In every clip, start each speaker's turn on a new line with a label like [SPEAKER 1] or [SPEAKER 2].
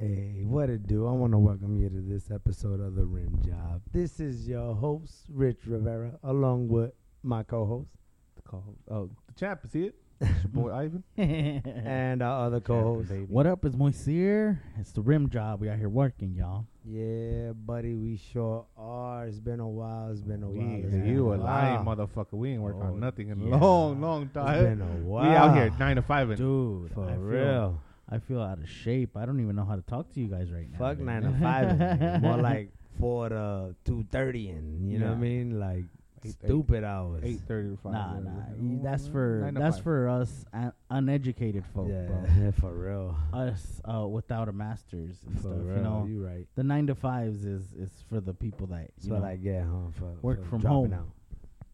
[SPEAKER 1] What it do? I want to welcome you to this episode of The Rim Job. This is your host, Rich Rivera, along with my co host
[SPEAKER 2] The call. Oh, the champ is here. It's your boy Ivan.
[SPEAKER 1] and our other co host.
[SPEAKER 3] what up? It's Moisir. It's the rim job. We out here working, y'all.
[SPEAKER 1] Yeah, buddy, we sure are. It's been a while. It's been a
[SPEAKER 2] We,
[SPEAKER 1] while. It's been
[SPEAKER 2] you a lying
[SPEAKER 1] while.
[SPEAKER 2] motherfucker. We ain't worked
[SPEAKER 3] Oh,
[SPEAKER 2] on nothing in a
[SPEAKER 3] yeah.
[SPEAKER 2] long, long
[SPEAKER 1] It's been
[SPEAKER 2] time.
[SPEAKER 1] a
[SPEAKER 2] We
[SPEAKER 1] while.
[SPEAKER 2] out here nine to five and
[SPEAKER 3] Dude,
[SPEAKER 1] For
[SPEAKER 3] I feel-
[SPEAKER 1] real.
[SPEAKER 3] I feel out of shape. I don't even know how to talk to you guys right now.
[SPEAKER 1] Fuck
[SPEAKER 3] dude.
[SPEAKER 1] nine to five. nigga. More like four to two thirty and you know what I
[SPEAKER 3] Yeah.
[SPEAKER 1] mean? Like
[SPEAKER 2] Eight-
[SPEAKER 1] stupid hours.
[SPEAKER 2] eight thirty to five.
[SPEAKER 3] nah, nah.
[SPEAKER 2] whatever.
[SPEAKER 3] y- That's for
[SPEAKER 2] Nine to
[SPEAKER 3] that's
[SPEAKER 2] five.
[SPEAKER 3] for us un- uneducated folk,
[SPEAKER 1] yeah, yeah, for real.
[SPEAKER 3] bro. Us uh, without a masters and
[SPEAKER 1] For
[SPEAKER 3] stuff.
[SPEAKER 1] real.
[SPEAKER 3] You know,
[SPEAKER 1] you right.
[SPEAKER 3] the nine to fives is is for the people that you
[SPEAKER 1] So
[SPEAKER 3] know,
[SPEAKER 1] like yeah, huh, for,
[SPEAKER 3] work
[SPEAKER 1] for
[SPEAKER 3] from
[SPEAKER 1] dropping
[SPEAKER 3] home.
[SPEAKER 1] Out.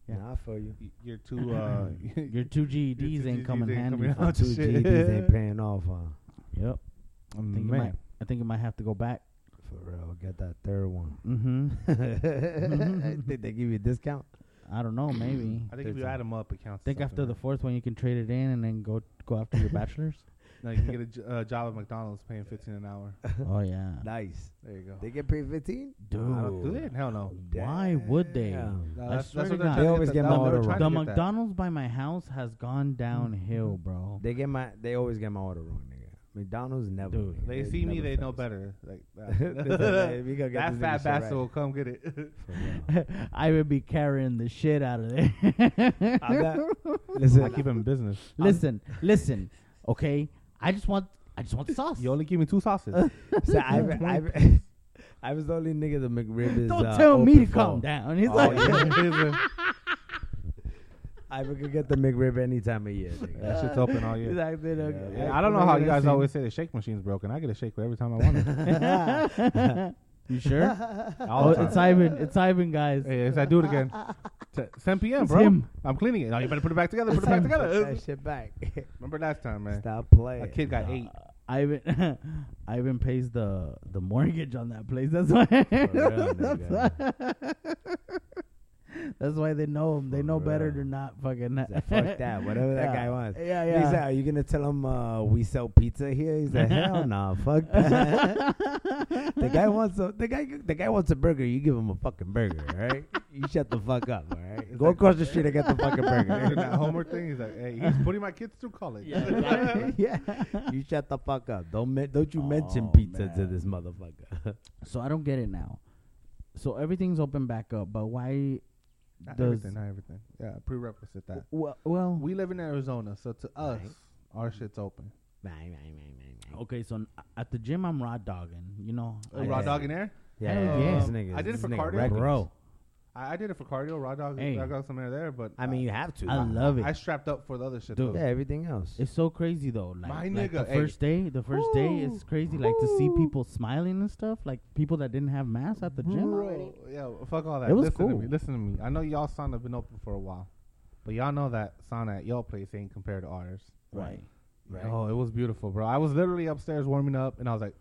[SPEAKER 1] Yeah,
[SPEAKER 3] Yeah.
[SPEAKER 1] I feel you.
[SPEAKER 2] Y- You're too. Uh,
[SPEAKER 3] your two GEDs ain't coming
[SPEAKER 2] GEDs ain't
[SPEAKER 3] handy.
[SPEAKER 2] coming
[SPEAKER 3] fool.
[SPEAKER 2] out.
[SPEAKER 1] Two
[SPEAKER 2] shit.
[SPEAKER 1] GDs ain't paying off, huh?
[SPEAKER 3] Yep. I think, you might,
[SPEAKER 2] man.
[SPEAKER 3] I think you might have to go back.
[SPEAKER 1] For real, get that third one.
[SPEAKER 3] Mm-hmm.
[SPEAKER 1] Did they give you a discount?
[SPEAKER 3] I don't know. Maybe.
[SPEAKER 2] I think if you
[SPEAKER 1] Thirteen.
[SPEAKER 2] add them up, it counts.
[SPEAKER 3] think after the fourth one you can trade it in and then go go after your bachelor's.
[SPEAKER 2] No, you can get a j- uh, job at McDonald's paying fifteen an hour.
[SPEAKER 3] oh yeah.
[SPEAKER 1] Nice.
[SPEAKER 2] There you go.
[SPEAKER 1] They get paid fifteen. Oh,
[SPEAKER 2] I don't do
[SPEAKER 3] Dude.
[SPEAKER 2] it. Hell no.
[SPEAKER 3] Why would they?
[SPEAKER 1] Damn.
[SPEAKER 2] No,
[SPEAKER 3] I
[SPEAKER 2] that's,
[SPEAKER 3] swear
[SPEAKER 2] that's what they're
[SPEAKER 3] to God.
[SPEAKER 2] trying
[SPEAKER 3] They
[SPEAKER 2] to
[SPEAKER 1] always
[SPEAKER 2] get
[SPEAKER 1] get
[SPEAKER 2] that-
[SPEAKER 1] my
[SPEAKER 2] no, they're
[SPEAKER 1] order
[SPEAKER 2] trying
[SPEAKER 1] wrong.
[SPEAKER 2] to
[SPEAKER 3] The
[SPEAKER 2] get that.
[SPEAKER 3] McDonald's by my house has gone downhill, bro.
[SPEAKER 1] They get my. They always get my order wrong, nigga. McDonald's never.
[SPEAKER 3] Dude,
[SPEAKER 1] nigga.
[SPEAKER 2] They see me,
[SPEAKER 1] never
[SPEAKER 2] they know
[SPEAKER 1] fails.
[SPEAKER 2] better. Like
[SPEAKER 1] They
[SPEAKER 2] that.
[SPEAKER 1] said, "Hey, we gonna get this
[SPEAKER 2] that
[SPEAKER 1] nigga
[SPEAKER 2] fat
[SPEAKER 1] shit
[SPEAKER 2] bastard
[SPEAKER 1] right."
[SPEAKER 2] will come get it.
[SPEAKER 1] For real.
[SPEAKER 3] I would be carrying the shit out of there.
[SPEAKER 1] I bet-
[SPEAKER 2] I
[SPEAKER 1] Listen,
[SPEAKER 2] keep him in business.
[SPEAKER 3] listen, listen. Okay, I just want I just want the sauce.
[SPEAKER 2] You only give me two sauces.
[SPEAKER 1] so I've, I've, I was the only nigga the McRib is.
[SPEAKER 3] Don't
[SPEAKER 1] uh,
[SPEAKER 3] tell me
[SPEAKER 1] open
[SPEAKER 3] to calm
[SPEAKER 1] for.
[SPEAKER 3] down. He's
[SPEAKER 1] Oh,
[SPEAKER 3] like,
[SPEAKER 2] that
[SPEAKER 1] I could get the McRib any time of year. Nigga.
[SPEAKER 2] shit's open all
[SPEAKER 3] he's
[SPEAKER 2] year.
[SPEAKER 3] like, "Then, okay,
[SPEAKER 1] Yeah,
[SPEAKER 2] I don't know
[SPEAKER 3] come
[SPEAKER 2] how
[SPEAKER 3] on,
[SPEAKER 2] you guys
[SPEAKER 3] listen."
[SPEAKER 2] always say the shake machine's broken. I get a shaker every time I want it.
[SPEAKER 3] you sure?
[SPEAKER 2] All
[SPEAKER 3] Oh,
[SPEAKER 2] the time.
[SPEAKER 3] it's Ivan. It's Ivan, guys.
[SPEAKER 2] Hey, yes, I do it again. T- 10 p.m.,
[SPEAKER 3] It's
[SPEAKER 2] bro.
[SPEAKER 3] him.
[SPEAKER 2] I'm cleaning it. Now you better put it back together. Put it back
[SPEAKER 1] Put
[SPEAKER 2] together.
[SPEAKER 1] that shit back.
[SPEAKER 2] Remember last time, man?
[SPEAKER 1] Stop playing.
[SPEAKER 2] A kid got eight.
[SPEAKER 3] Uh, Ivan, Ivan pays the the mortgage on that place. That's why.
[SPEAKER 1] real,
[SPEAKER 3] that's, why that's why they know him. They
[SPEAKER 1] For
[SPEAKER 3] know better
[SPEAKER 1] real.
[SPEAKER 3] to not fucking.
[SPEAKER 1] He's like, Fuck that. Whatever that
[SPEAKER 3] Yeah.
[SPEAKER 1] guy wants.
[SPEAKER 3] Yeah,
[SPEAKER 1] He
[SPEAKER 3] yeah.
[SPEAKER 1] said, "Are you gonna tell him uh, we sell pizza here?" He's like, "Hell no, fuck that." the guy wants a the guy the guy wants a burger. You give him a fucking burger, all right? you shut the fuck up, all right? Go across the street and get the fucking
[SPEAKER 2] And that
[SPEAKER 1] burger.
[SPEAKER 2] homework thing, he's like, hey, he's putting my kids through college.
[SPEAKER 1] yeah, you shut the fuck up. Don't men- don't you mention
[SPEAKER 3] Oh,
[SPEAKER 1] pizza to
[SPEAKER 3] man.
[SPEAKER 1] this motherfucker.
[SPEAKER 3] So I don't get it now. So everything's open back up, but why
[SPEAKER 2] Not
[SPEAKER 3] does
[SPEAKER 2] everything, not everything. Yeah, prerequisite that.
[SPEAKER 3] well, well
[SPEAKER 2] We live in Arizona, so to us, our shit's open.
[SPEAKER 3] okay? So n- uh, at the gym, I'm raw dogging. You know,
[SPEAKER 2] Uh,
[SPEAKER 1] I
[SPEAKER 2] raw
[SPEAKER 1] guess.
[SPEAKER 2] dog in there?
[SPEAKER 1] yeah,
[SPEAKER 3] Hell
[SPEAKER 1] yeah.
[SPEAKER 3] yeah.
[SPEAKER 1] This nigga,
[SPEAKER 2] I did it
[SPEAKER 1] this
[SPEAKER 2] for
[SPEAKER 1] nigga
[SPEAKER 2] cardio.
[SPEAKER 1] reckless.
[SPEAKER 3] bro.
[SPEAKER 2] I, I did it for cardio. Raw dog,
[SPEAKER 3] Hey.
[SPEAKER 2] I got some air there, but
[SPEAKER 1] I mean, you have to.
[SPEAKER 3] I love it.
[SPEAKER 2] I strapped up for the other shit.
[SPEAKER 3] Dude.
[SPEAKER 1] yeah,
[SPEAKER 2] Though.
[SPEAKER 1] everything else.
[SPEAKER 3] It's so crazy though. Like,
[SPEAKER 2] My
[SPEAKER 3] like
[SPEAKER 2] nigga,
[SPEAKER 3] the
[SPEAKER 2] hey.
[SPEAKER 3] first day, the first day
[SPEAKER 1] Ooh.
[SPEAKER 3] is crazy. Like to see
[SPEAKER 1] Ooh.
[SPEAKER 3] people smiling and stuff. Like people that didn't have masks at the gym already.
[SPEAKER 2] Bro, Yeah, well, fuck all that.
[SPEAKER 3] It was
[SPEAKER 2] listen to me.
[SPEAKER 3] cool.
[SPEAKER 2] Listen to me. I know y'all sauna been open for a while, but y'all know that sauna at y'all place ain't compared to ours.
[SPEAKER 3] Right.
[SPEAKER 1] Right.
[SPEAKER 2] Oh, it was beautiful, bro. I was literally upstairs warming up, and I was like,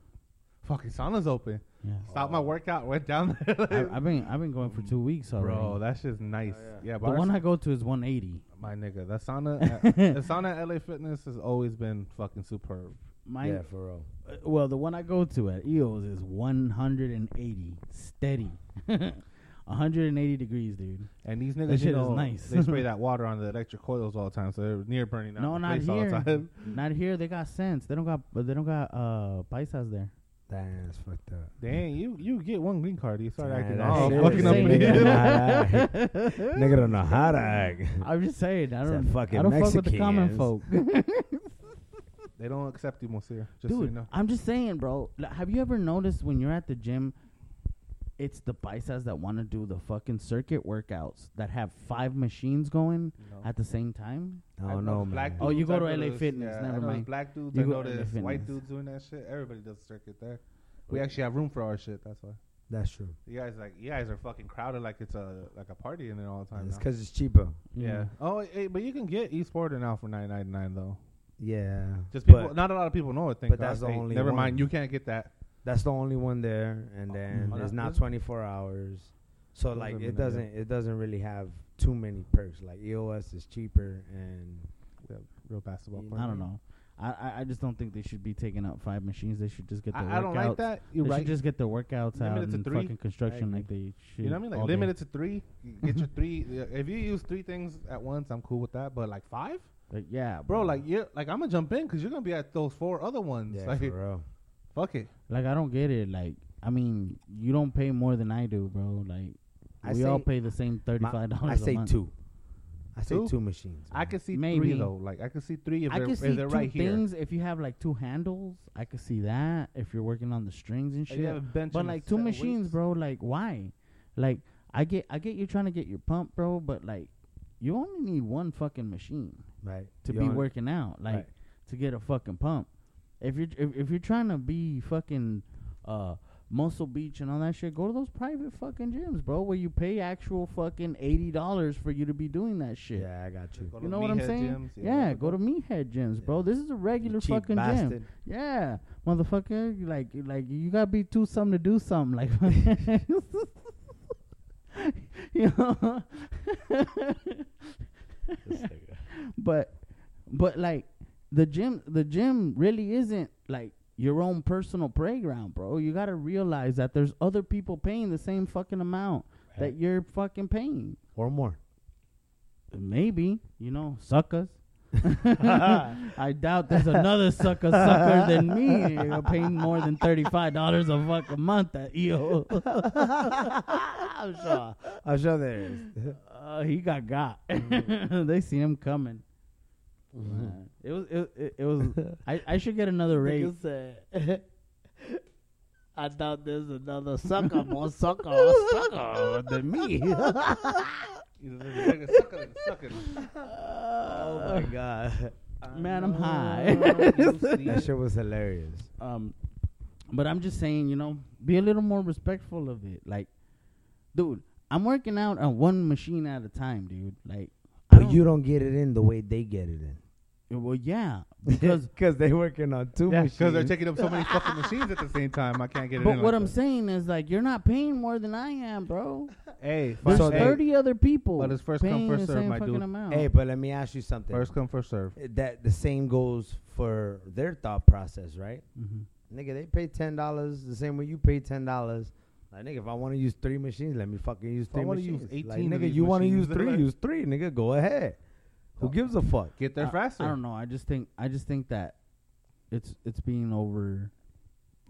[SPEAKER 2] "Fucking sauna's open."
[SPEAKER 3] Yeah.
[SPEAKER 2] Stopped my workout, went down there, like,
[SPEAKER 3] Oh. I, I've been I've been going for two weeks already.
[SPEAKER 2] bro. That shit's nice. yeah.
[SPEAKER 3] Oh, the
[SPEAKER 2] but
[SPEAKER 3] one
[SPEAKER 2] our-
[SPEAKER 3] I go to is 180.
[SPEAKER 2] my nigga, the sauna, at, the sauna at LA Fitness has always been fucking superb.
[SPEAKER 3] My
[SPEAKER 1] yeah, for real.
[SPEAKER 3] uh, well, the one I go to at EOS is 180 steady. 180 degrees, dude.
[SPEAKER 2] And these niggas,
[SPEAKER 3] shit
[SPEAKER 2] you
[SPEAKER 3] is
[SPEAKER 2] know,
[SPEAKER 3] nice.
[SPEAKER 2] they spray that water on the electric coils all the time, so they're near burning out.
[SPEAKER 3] no,
[SPEAKER 2] the
[SPEAKER 3] not
[SPEAKER 2] place All the
[SPEAKER 3] here.
[SPEAKER 2] time.
[SPEAKER 3] not here. They got sense. They don't got but they don't got uh paisas there.
[SPEAKER 1] Damn, it's fucked up.
[SPEAKER 2] Dang, you you get one green card, you start
[SPEAKER 1] Nah,
[SPEAKER 2] acting
[SPEAKER 1] that
[SPEAKER 2] all
[SPEAKER 1] shit is
[SPEAKER 2] fucking up in
[SPEAKER 1] insane.
[SPEAKER 2] the air.
[SPEAKER 1] Nigga don't know how to act.
[SPEAKER 3] I'm just saying. I
[SPEAKER 1] It's that
[SPEAKER 3] don't
[SPEAKER 1] fucking
[SPEAKER 3] I don't fuck with the
[SPEAKER 1] Mexicans.
[SPEAKER 3] common folk.
[SPEAKER 2] They don't accept you, Monsieur. Just so
[SPEAKER 3] Dude,
[SPEAKER 2] you know.
[SPEAKER 3] I'm just saying, bro. Like, have you ever noticed when you're at the gym, it's the biceps that want to do the fucking circuit workouts that have five machines going
[SPEAKER 2] No.
[SPEAKER 3] at the same time?
[SPEAKER 1] I don't
[SPEAKER 2] know
[SPEAKER 1] know,
[SPEAKER 2] black
[SPEAKER 1] man.
[SPEAKER 3] Oh, you
[SPEAKER 2] dudes,
[SPEAKER 3] go
[SPEAKER 2] I
[SPEAKER 3] to
[SPEAKER 2] know
[SPEAKER 3] LA
[SPEAKER 2] those-
[SPEAKER 3] Fitness,
[SPEAKER 2] yeah,
[SPEAKER 3] never
[SPEAKER 2] I know those
[SPEAKER 3] mind.
[SPEAKER 2] Black dudes,
[SPEAKER 3] You
[SPEAKER 2] I
[SPEAKER 3] go
[SPEAKER 2] know
[SPEAKER 3] to LA
[SPEAKER 2] there's white
[SPEAKER 3] Fitness.
[SPEAKER 2] dudes doing that shit. Everybody does a circuit there. We actually have room for our shit. That's why
[SPEAKER 1] That's true.
[SPEAKER 2] you guys like you guys are fucking crowded like it's a like a party in there all the time.
[SPEAKER 1] It's
[SPEAKER 2] now.
[SPEAKER 1] because it's cheaper.
[SPEAKER 2] yeah. Oh, hey, but you can get eSporter now for nine ninety nine though.
[SPEAKER 1] Yeah.
[SPEAKER 2] Just people,
[SPEAKER 1] but
[SPEAKER 2] not a lot of people know it. Think,
[SPEAKER 1] but that's
[SPEAKER 2] "Oh,
[SPEAKER 1] the
[SPEAKER 2] hey,
[SPEAKER 1] only
[SPEAKER 2] Never
[SPEAKER 1] one."
[SPEAKER 2] mind, you can't get that.
[SPEAKER 1] that's the only one there, and then
[SPEAKER 2] Oh,
[SPEAKER 1] it's
[SPEAKER 2] that-
[SPEAKER 1] not
[SPEAKER 2] that's-
[SPEAKER 1] 24 hours. So
[SPEAKER 2] Those
[SPEAKER 1] like
[SPEAKER 2] are
[SPEAKER 1] it
[SPEAKER 2] banana.
[SPEAKER 1] doesn't it doesn't really have too many perks. Like EOS E is cheaper and
[SPEAKER 2] We have real basketball.
[SPEAKER 1] You
[SPEAKER 2] players.
[SPEAKER 3] I don't know. I, I, I just don't think they should be taking out five machines. They should just get their workouts.
[SPEAKER 2] I, I don't like that. You're
[SPEAKER 3] they
[SPEAKER 2] right.
[SPEAKER 3] should just get their workouts out
[SPEAKER 2] Limited to
[SPEAKER 3] and
[SPEAKER 2] three.
[SPEAKER 3] fucking construction
[SPEAKER 2] I
[SPEAKER 3] like they should.
[SPEAKER 2] you know what I mean? Like
[SPEAKER 3] all day.
[SPEAKER 2] limited to three. You Get your three. yeah, If you use three things at once, I'm cool with that. But like five,
[SPEAKER 3] Like, yeah,
[SPEAKER 2] bro. Like you, like I'm gonna jump in because you're gonna be at those four other ones.
[SPEAKER 1] Mm. Yeah,
[SPEAKER 2] like,
[SPEAKER 1] for real.
[SPEAKER 2] fuck it.
[SPEAKER 3] like I don't get it. Like, I mean, you don't pay more than I do, bro. Like,
[SPEAKER 1] I
[SPEAKER 3] we all
[SPEAKER 1] say-
[SPEAKER 3] pay the same
[SPEAKER 1] My-
[SPEAKER 3] thirty-five dollars.
[SPEAKER 1] I say
[SPEAKER 3] a month.
[SPEAKER 1] two. I say
[SPEAKER 2] Two?
[SPEAKER 1] two machines.
[SPEAKER 2] I
[SPEAKER 1] man.
[SPEAKER 2] could see
[SPEAKER 3] Maybe.
[SPEAKER 2] three though. Like I could see three if
[SPEAKER 3] I
[SPEAKER 2] they're,
[SPEAKER 3] can
[SPEAKER 2] if
[SPEAKER 3] see
[SPEAKER 2] they're
[SPEAKER 3] two
[SPEAKER 2] right here.
[SPEAKER 3] things if you have like two handles. I could see that if you're working on the strings and
[SPEAKER 2] Like,
[SPEAKER 3] shit.
[SPEAKER 2] you have a bench
[SPEAKER 3] But
[SPEAKER 2] and a
[SPEAKER 3] like
[SPEAKER 2] set
[SPEAKER 3] two
[SPEAKER 2] of
[SPEAKER 3] machines,
[SPEAKER 2] weights.
[SPEAKER 3] bro. Like why? Like I get, I get you trying to get your pump, bro. But like, you only need one fucking machine
[SPEAKER 1] right
[SPEAKER 3] to
[SPEAKER 1] You
[SPEAKER 3] be
[SPEAKER 1] only-
[SPEAKER 3] working out, like
[SPEAKER 1] Right.
[SPEAKER 3] to get a fucking pump. If you're if, if you're trying to be fucking uh Muscle Beach and all that shit, go to those private fucking gyms, bro, where you pay actual fucking eighty dollars for you to be doing that shit.
[SPEAKER 1] Yeah, I got you.
[SPEAKER 2] Go to
[SPEAKER 3] You know what I'm
[SPEAKER 2] meathead
[SPEAKER 3] saying?
[SPEAKER 2] gyms,
[SPEAKER 3] yeah,
[SPEAKER 2] what
[SPEAKER 3] go to
[SPEAKER 2] the-
[SPEAKER 3] meathead gyms, bro.
[SPEAKER 1] Yeah.
[SPEAKER 3] This is a regular
[SPEAKER 1] cheap
[SPEAKER 3] fucking gym.
[SPEAKER 1] bastard.
[SPEAKER 3] Yeah, motherfucker, you like you like you gotta be too something to do something, like you know. but but like the gym, the gym really isn't like your own personal playground, bro. You gotta realize that there's other people paying the same fucking amount that
[SPEAKER 1] Right.
[SPEAKER 3] you're fucking paying.
[SPEAKER 1] Or more.
[SPEAKER 3] Maybe you know suckers. I doubt there's another sucker sucker than me you know, paying more than thirty five dollars a fuck a month uh, at EO. I'm sure.
[SPEAKER 1] I'm sure there is.
[SPEAKER 3] Uh, he got got. they see him coming. Uh, it was it, it, it was. I, I should get another raise.
[SPEAKER 4] said, I thought there's another sucker, more sucker,
[SPEAKER 3] Oh,
[SPEAKER 4] sucker than me.
[SPEAKER 2] Either there's a bigger sucker than sucker.
[SPEAKER 1] oh my god,
[SPEAKER 3] Man, I'm
[SPEAKER 2] I
[SPEAKER 3] high.
[SPEAKER 2] know you see
[SPEAKER 1] that
[SPEAKER 2] it.
[SPEAKER 1] shit was hilarious.
[SPEAKER 3] Um, but I'm just saying, you know, be a little more respectful of it. Like, dude, I'm working out on one machine at a time, dude. Like, I
[SPEAKER 1] But
[SPEAKER 3] don't-
[SPEAKER 1] you don't get it in the way they get it in
[SPEAKER 3] Well, yeah, because
[SPEAKER 1] because they working on two
[SPEAKER 2] Yeah,
[SPEAKER 1] machines.
[SPEAKER 2] because they're taking up so many fucking machines at the same time. I can't get it.
[SPEAKER 3] But
[SPEAKER 2] in like
[SPEAKER 3] what I'm
[SPEAKER 2] that.
[SPEAKER 3] saying is like you're not paying more than I am, bro.
[SPEAKER 2] hey,
[SPEAKER 3] There's
[SPEAKER 2] so
[SPEAKER 1] they-
[SPEAKER 3] thirty other people.
[SPEAKER 2] but it's first come,
[SPEAKER 3] paying
[SPEAKER 2] first
[SPEAKER 3] the
[SPEAKER 2] serve,
[SPEAKER 3] same
[SPEAKER 2] my
[SPEAKER 3] fucking
[SPEAKER 2] dude.
[SPEAKER 3] Amount.
[SPEAKER 1] hey, but let me ask you something.
[SPEAKER 2] first come, first serve.
[SPEAKER 1] that the same goes for their thought process, right?
[SPEAKER 3] Mhm.
[SPEAKER 1] Nigga, they pay ten dollars the same way you pay ten dollars. Like nigga, if I want to use three machines, let me fucking use
[SPEAKER 2] If I
[SPEAKER 1] three
[SPEAKER 2] wanna
[SPEAKER 1] machines.
[SPEAKER 2] use
[SPEAKER 1] like,
[SPEAKER 2] 18 of
[SPEAKER 1] nigga,
[SPEAKER 2] these
[SPEAKER 1] you wanna
[SPEAKER 2] machines,
[SPEAKER 1] use three,
[SPEAKER 2] like-
[SPEAKER 1] use three, nigga. Go ahead. Who gives a fuck?
[SPEAKER 2] Get there
[SPEAKER 3] I-
[SPEAKER 2] faster.
[SPEAKER 3] I don't know. I just think I just think that it's it's being over.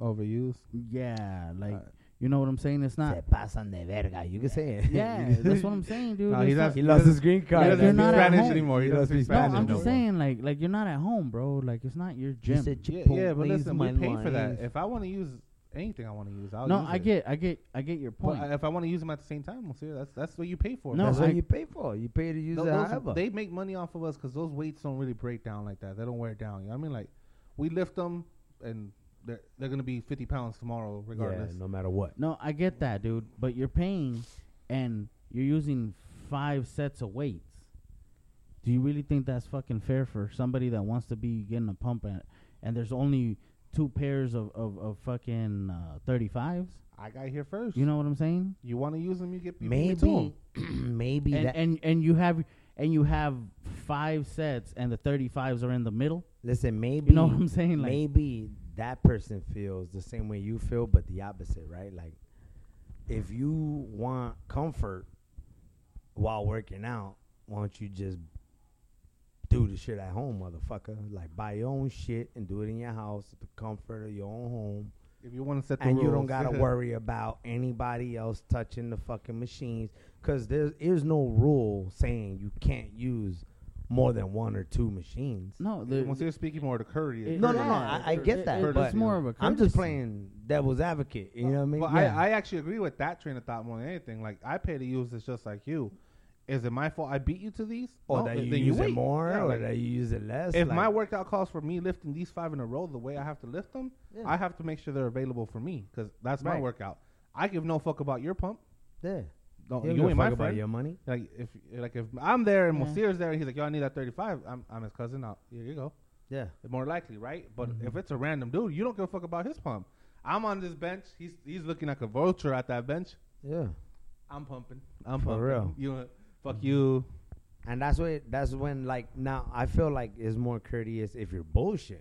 [SPEAKER 2] Overused.
[SPEAKER 3] Yeah, like
[SPEAKER 2] Uh,
[SPEAKER 3] you know what I'm saying. It's not.
[SPEAKER 1] Se pasan de verga. You can say it.
[SPEAKER 3] Yeah, that's what I'm saying, dude.
[SPEAKER 2] No,
[SPEAKER 3] It's
[SPEAKER 2] he's
[SPEAKER 3] not-
[SPEAKER 2] not-
[SPEAKER 1] he lost his green
[SPEAKER 3] Like,
[SPEAKER 1] card.
[SPEAKER 3] you're
[SPEAKER 1] That's
[SPEAKER 3] not
[SPEAKER 1] it.
[SPEAKER 3] at home.
[SPEAKER 2] anymore. He
[SPEAKER 1] He
[SPEAKER 2] doesn't
[SPEAKER 1] doesn't
[SPEAKER 2] speak
[SPEAKER 1] speak
[SPEAKER 3] no,
[SPEAKER 2] Spanish
[SPEAKER 3] I'm
[SPEAKER 1] no
[SPEAKER 3] just
[SPEAKER 1] more.
[SPEAKER 3] saying, like, like you're not at home, bro. Like, it's not your
[SPEAKER 1] He
[SPEAKER 3] gym.
[SPEAKER 1] said,
[SPEAKER 2] Yeah, yeah,
[SPEAKER 1] "Chipotle's
[SPEAKER 2] but listen, we pay for
[SPEAKER 1] mine."
[SPEAKER 2] that. If I want to use anything, I want to use. I'll
[SPEAKER 3] no,
[SPEAKER 2] use
[SPEAKER 3] I
[SPEAKER 2] it.
[SPEAKER 3] get, I get, I get your
[SPEAKER 2] But
[SPEAKER 3] point.
[SPEAKER 2] if I want to use them at the same time, well, see, that's that's what you pay for.
[SPEAKER 3] No,
[SPEAKER 1] That's
[SPEAKER 3] I-
[SPEAKER 1] what you pay for. You pay to use
[SPEAKER 2] Tho-
[SPEAKER 1] it
[SPEAKER 2] those-
[SPEAKER 1] however.
[SPEAKER 2] they make money off of us because those weights don't really break down like that. They don't wear down. You know what I mean? Like, we lift them and they're, they're going to be 50 pounds tomorrow,
[SPEAKER 1] yeah,
[SPEAKER 2] regardless.
[SPEAKER 1] no matter what.
[SPEAKER 3] No, I get that, dude. But you're paying, and you're using five sets of weights. Do you really think that's fucking fair for somebody that wants to be getting a pump and, and there's only two pairs of of, of fucking uh, 35s?
[SPEAKER 2] I got here first.
[SPEAKER 3] You know what I'm saying?
[SPEAKER 2] you want to use them, you get you pay to 'em.
[SPEAKER 1] Maybe, maybe
[SPEAKER 3] And
[SPEAKER 1] that.
[SPEAKER 3] and and you have and you have five sets, and the 35s are in the middle.
[SPEAKER 1] Listen, maybe
[SPEAKER 3] You know what I'm saying? Like,
[SPEAKER 1] maybe that person feels the same way you feel, but the opposite, right? Like, if you want comfort while working out, why don't you just do the shit at home, motherfucker? Like, buy your own shit and do it in your house, the comfort of your own home,
[SPEAKER 2] If you want to set the
[SPEAKER 1] and you don't
[SPEAKER 2] rules.
[SPEAKER 1] gotta worry about anybody else touching the fucking machines, cause there is no rule saying you can't use more than one or two machines.
[SPEAKER 3] no, the,
[SPEAKER 2] Once you're speaking more to Curry.
[SPEAKER 3] It-
[SPEAKER 1] No, no, no.
[SPEAKER 3] Yeah,
[SPEAKER 1] I, I get that.
[SPEAKER 3] it- it's
[SPEAKER 1] but
[SPEAKER 3] more of a
[SPEAKER 1] I'm just
[SPEAKER 3] courtesy.
[SPEAKER 1] playing devil's advocate. You know what I mean?
[SPEAKER 2] Well,
[SPEAKER 1] Yeah.
[SPEAKER 2] I, I actually agree with that train of thought more than anything. Like, I pay to use this just like you. Is it my fault I beat you to these?
[SPEAKER 1] or
[SPEAKER 2] No,
[SPEAKER 1] that
[SPEAKER 2] then
[SPEAKER 1] you use it
[SPEAKER 2] wait.
[SPEAKER 1] more,
[SPEAKER 2] Yeah,
[SPEAKER 1] or
[SPEAKER 2] like,
[SPEAKER 1] that you use it less.
[SPEAKER 2] if
[SPEAKER 1] like-
[SPEAKER 2] my workout calls for me lifting these five in a row the way I have to lift them,
[SPEAKER 1] Yeah.
[SPEAKER 2] I have to make sure they're available for me because that's my
[SPEAKER 1] Right.
[SPEAKER 2] workout. I give no fuck about your pump.
[SPEAKER 1] yeah,
[SPEAKER 2] Don't,
[SPEAKER 1] You
[SPEAKER 2] oh,
[SPEAKER 1] don't
[SPEAKER 2] you,
[SPEAKER 1] give a
[SPEAKER 2] ain't my
[SPEAKER 1] fuck about
[SPEAKER 2] friend.
[SPEAKER 1] your money.
[SPEAKER 2] Like if like if I'm there and
[SPEAKER 3] Yeah.
[SPEAKER 2] Mosir's there and he's like, "Yo, I need that 35." I'm I'm his cousin. I'll, here you go.
[SPEAKER 1] Yeah,
[SPEAKER 2] More likely, right? But
[SPEAKER 1] Mm-hmm.
[SPEAKER 2] if it's a random dude, you don't give a fuck about his pump. I'm on this bench. He's he's looking like a vulture at that bench.
[SPEAKER 1] yeah.
[SPEAKER 2] I'm pumping. I'm
[SPEAKER 1] For
[SPEAKER 2] pumping.
[SPEAKER 1] real.
[SPEAKER 2] You fuck you.
[SPEAKER 1] And that's what that's when like now I feel like it's more courteous if you're bullshitting.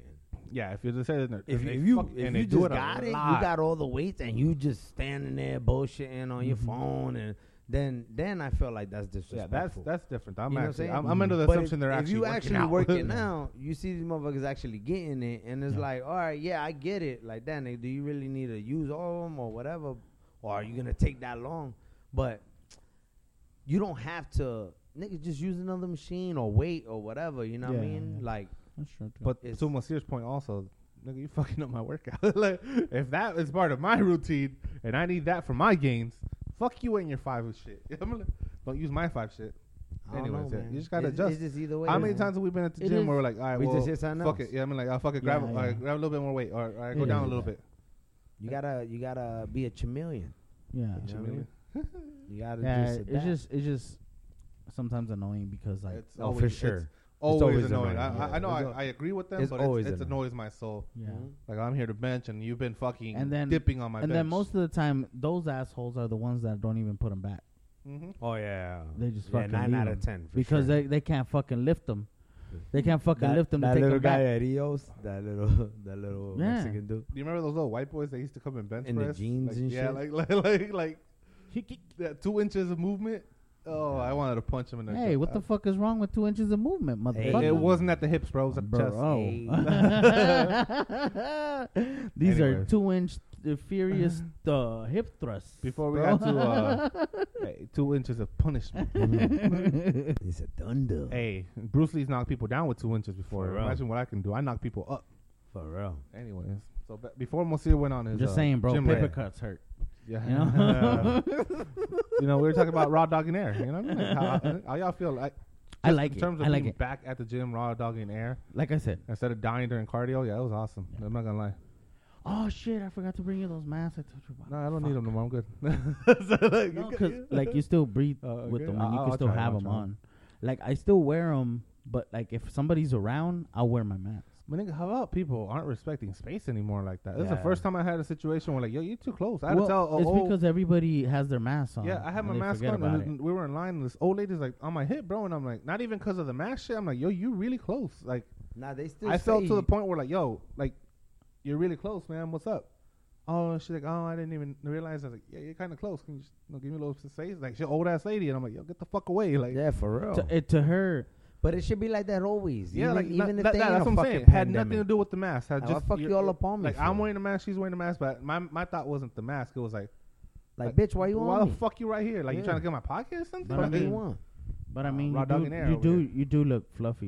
[SPEAKER 2] Yeah, if you just say that,
[SPEAKER 1] If,
[SPEAKER 2] they
[SPEAKER 1] if you
[SPEAKER 2] fuck-
[SPEAKER 1] if
[SPEAKER 2] and they
[SPEAKER 1] you
[SPEAKER 2] do
[SPEAKER 1] just
[SPEAKER 2] a
[SPEAKER 1] got it, you
[SPEAKER 2] lot.
[SPEAKER 1] got all the weights, and you just standing there bullshitting on your phone, and then then I feel like that's
[SPEAKER 2] Mm-hmm. Yeah,
[SPEAKER 1] disrespectful.
[SPEAKER 2] that's that's different. I'm
[SPEAKER 1] You know what I'm
[SPEAKER 2] actually,
[SPEAKER 1] saying?
[SPEAKER 2] I'm, I'm under the
[SPEAKER 1] But
[SPEAKER 2] assumption
[SPEAKER 1] if,
[SPEAKER 2] they're
[SPEAKER 1] if
[SPEAKER 2] actually
[SPEAKER 1] you
[SPEAKER 2] working
[SPEAKER 1] actually
[SPEAKER 2] out.
[SPEAKER 1] working out, you see these motherfuckers actually getting it, and it's
[SPEAKER 3] Yeah.
[SPEAKER 1] like, all right, yeah, I get it. Like, damn, do you really need to use all of them or whatever, or are you gonna take that long? But you don't have to, nigga. Just use another machine or wait or whatever. You know what I
[SPEAKER 3] Yeah, yeah,
[SPEAKER 1] mean?
[SPEAKER 3] yeah.
[SPEAKER 1] Like,
[SPEAKER 3] That's true. Too.
[SPEAKER 2] But
[SPEAKER 1] It's-
[SPEAKER 2] to Masir's point, also, nigga, you fucking up my workout. like, if that is part of my routine and I need that for my gains, fuck you and your five of shit. I'm gonna, don't use my five shit.
[SPEAKER 1] I don't
[SPEAKER 2] Anyways,
[SPEAKER 1] know,
[SPEAKER 2] yeah,
[SPEAKER 1] man.
[SPEAKER 2] you just gotta
[SPEAKER 1] It's-
[SPEAKER 2] adjust.
[SPEAKER 1] It's just either way.
[SPEAKER 2] How many
[SPEAKER 1] man.
[SPEAKER 2] times have we been at the
[SPEAKER 3] It
[SPEAKER 2] gym where we're
[SPEAKER 3] is-
[SPEAKER 2] like, all right,
[SPEAKER 1] we just
[SPEAKER 2] well,
[SPEAKER 1] did something
[SPEAKER 2] fuck
[SPEAKER 1] else.
[SPEAKER 2] it. Yeah, I mean, like, I'll fuck it, grab,
[SPEAKER 3] Yeah,
[SPEAKER 2] all right,
[SPEAKER 3] yeah.
[SPEAKER 2] grab a little bit more weight, or all right, go
[SPEAKER 3] It
[SPEAKER 2] down
[SPEAKER 3] is
[SPEAKER 2] a little
[SPEAKER 3] that.
[SPEAKER 2] bit.
[SPEAKER 1] You gotta, you gotta be a chameleon.
[SPEAKER 3] yeah,
[SPEAKER 1] You know what I mean? You gotta
[SPEAKER 3] yeah.
[SPEAKER 1] just.
[SPEAKER 3] it's
[SPEAKER 1] adapt.
[SPEAKER 3] just it's just sometimes annoying because like
[SPEAKER 2] It's
[SPEAKER 1] Oh,
[SPEAKER 2] always,
[SPEAKER 1] for
[SPEAKER 2] it's
[SPEAKER 1] sure.
[SPEAKER 2] always,
[SPEAKER 1] always
[SPEAKER 2] annoying.
[SPEAKER 1] annoying,
[SPEAKER 2] I, I-
[SPEAKER 1] yeah.
[SPEAKER 2] I know
[SPEAKER 1] It's
[SPEAKER 2] I,
[SPEAKER 1] al-
[SPEAKER 2] I agree with them,
[SPEAKER 1] it's
[SPEAKER 2] but
[SPEAKER 1] always
[SPEAKER 2] it's, it's
[SPEAKER 1] annoying.
[SPEAKER 2] annoys my soul.
[SPEAKER 3] yeah.
[SPEAKER 1] Mhm.
[SPEAKER 2] Like I'm here to bench, and you've been fucking
[SPEAKER 3] And then-
[SPEAKER 2] dipping on my
[SPEAKER 3] and
[SPEAKER 2] bench.
[SPEAKER 3] then most of the time, those assholes are the ones that don't even put them back
[SPEAKER 2] hmm
[SPEAKER 1] Oh yeah.
[SPEAKER 3] They just
[SPEAKER 1] yeah,
[SPEAKER 3] fucking
[SPEAKER 1] nine
[SPEAKER 3] leave
[SPEAKER 1] out
[SPEAKER 3] them.
[SPEAKER 1] of ten for
[SPEAKER 3] because
[SPEAKER 1] sure.
[SPEAKER 3] they, they can't fucking lift them. They can't fucking
[SPEAKER 1] that,
[SPEAKER 3] lift them.
[SPEAKER 1] That
[SPEAKER 3] to take
[SPEAKER 1] little
[SPEAKER 3] them
[SPEAKER 1] guy
[SPEAKER 3] back.
[SPEAKER 1] at Eos, that little that little
[SPEAKER 3] Yeah.
[SPEAKER 1] Mexican dude.
[SPEAKER 2] Do you remember those little white boys that used to come and bench
[SPEAKER 1] In the
[SPEAKER 2] press?
[SPEAKER 1] jeans
[SPEAKER 2] like,
[SPEAKER 1] and
[SPEAKER 2] yeah,
[SPEAKER 1] shit?
[SPEAKER 2] like like like, like that two inches of movement. Oh, I wanted to punch him in the.
[SPEAKER 3] Hey, what the fuck is wrong with two inches of movement,
[SPEAKER 1] Hey,
[SPEAKER 2] It,
[SPEAKER 3] motherfucker?
[SPEAKER 2] it wasn't at the hips, bro. It was at the chest.
[SPEAKER 3] Bro. oh.
[SPEAKER 1] Oh.
[SPEAKER 3] These are
[SPEAKER 2] Anyways.
[SPEAKER 3] two inch th- furious uh, hip thrusts.
[SPEAKER 2] Before we got to uh, hey, two inches of punishment.
[SPEAKER 1] He said thunder.
[SPEAKER 2] hey, Bruce Lee's knocked people down with two inches before.
[SPEAKER 1] For real.
[SPEAKER 2] Imagine what I can do. I knock people up.
[SPEAKER 1] For real.
[SPEAKER 2] Anyways, so be- before Mosir went on his,
[SPEAKER 3] just
[SPEAKER 2] uh,
[SPEAKER 3] saying, bro.
[SPEAKER 2] gym
[SPEAKER 3] Paper
[SPEAKER 2] rant.
[SPEAKER 3] cuts hurt.
[SPEAKER 2] Yeah.
[SPEAKER 3] You know?
[SPEAKER 2] You know, we were talking about raw dogging air. You know what I mean? Like, how, how y'all feel? Like,
[SPEAKER 3] I
[SPEAKER 2] just
[SPEAKER 3] like
[SPEAKER 2] in
[SPEAKER 3] it.
[SPEAKER 2] terms of
[SPEAKER 3] I like
[SPEAKER 2] being
[SPEAKER 3] it.
[SPEAKER 2] back at the gym, raw dogging air
[SPEAKER 3] Like I said.
[SPEAKER 2] instead of dying during cardio. Yeah, that was awesome. I'm not gonna lie.
[SPEAKER 3] Oh shit! I forgot to bring you those masks. I told you about.
[SPEAKER 2] No, I don't need them no more. I'm good.
[SPEAKER 3] No, because like you still breathe
[SPEAKER 2] Oh,
[SPEAKER 3] with
[SPEAKER 2] okay.
[SPEAKER 3] them, and you
[SPEAKER 2] I'll-
[SPEAKER 3] can
[SPEAKER 2] I'll
[SPEAKER 3] still
[SPEAKER 2] try 'em,
[SPEAKER 3] have
[SPEAKER 2] I'll
[SPEAKER 3] them
[SPEAKER 2] try 'em.
[SPEAKER 3] on. Like I still wear them, but like if somebody's around, I'll wear my mask.
[SPEAKER 2] But nigga, how about people aren't respecting space anymore like that? This is
[SPEAKER 1] Yeah.
[SPEAKER 2] the first time I had a situation where like, yo, you're too close. I had
[SPEAKER 3] Well,
[SPEAKER 2] to tell. a
[SPEAKER 3] it's
[SPEAKER 2] old-
[SPEAKER 3] because everybody has their masks on.
[SPEAKER 2] yeah, I had
[SPEAKER 3] and
[SPEAKER 2] my
[SPEAKER 3] they
[SPEAKER 2] mask
[SPEAKER 3] forget
[SPEAKER 2] on.
[SPEAKER 3] about
[SPEAKER 2] And we were in line. And this old lady's like on my hip, bro, and I'm like, not even because of the mask shit. I'm like, yo, you really close. Like,
[SPEAKER 1] Nah, they still.
[SPEAKER 2] I
[SPEAKER 1] say
[SPEAKER 2] felt to the
[SPEAKER 1] you-
[SPEAKER 2] point where like, yo, like, you're really close, man. What's up? Oh, she's like, oh, I didn't even realize. I was like, yeah, you're kind of close. Can you, just, you know, give me a little space? Like, she's an old ass lady, and I'm like, yo, get the fuck away. Like,
[SPEAKER 1] Yeah, for real.
[SPEAKER 3] To, it, to her,
[SPEAKER 1] but it should be like that always.
[SPEAKER 2] Yeah,
[SPEAKER 1] even,
[SPEAKER 2] like
[SPEAKER 1] even
[SPEAKER 2] that,
[SPEAKER 1] if
[SPEAKER 2] that,
[SPEAKER 1] they
[SPEAKER 2] that-
[SPEAKER 1] ain't
[SPEAKER 2] that's
[SPEAKER 1] a
[SPEAKER 2] what I'm
[SPEAKER 1] fucking
[SPEAKER 2] saying. It had
[SPEAKER 1] pandemic.
[SPEAKER 2] nothing to do with the mask. Had
[SPEAKER 1] Like,
[SPEAKER 2] just
[SPEAKER 1] why fuck
[SPEAKER 2] your-
[SPEAKER 1] you all up on me
[SPEAKER 2] Like I'm
[SPEAKER 1] for?
[SPEAKER 2] wearing the mask, she's wearing the mask, but my my thought wasn't the mask. It was like,
[SPEAKER 1] Like, bitch, why you on
[SPEAKER 2] why the
[SPEAKER 1] me?
[SPEAKER 2] fuck you right here? Like you
[SPEAKER 1] Yeah.
[SPEAKER 2] trying to get my pocket or something?
[SPEAKER 3] But I
[SPEAKER 1] What do you
[SPEAKER 3] mean,
[SPEAKER 1] want?
[SPEAKER 3] but I
[SPEAKER 2] Uh,
[SPEAKER 3] mean,
[SPEAKER 2] raw
[SPEAKER 3] you do,
[SPEAKER 2] dog and air
[SPEAKER 3] you
[SPEAKER 2] over
[SPEAKER 3] do,
[SPEAKER 2] here.
[SPEAKER 3] you do look fluffy,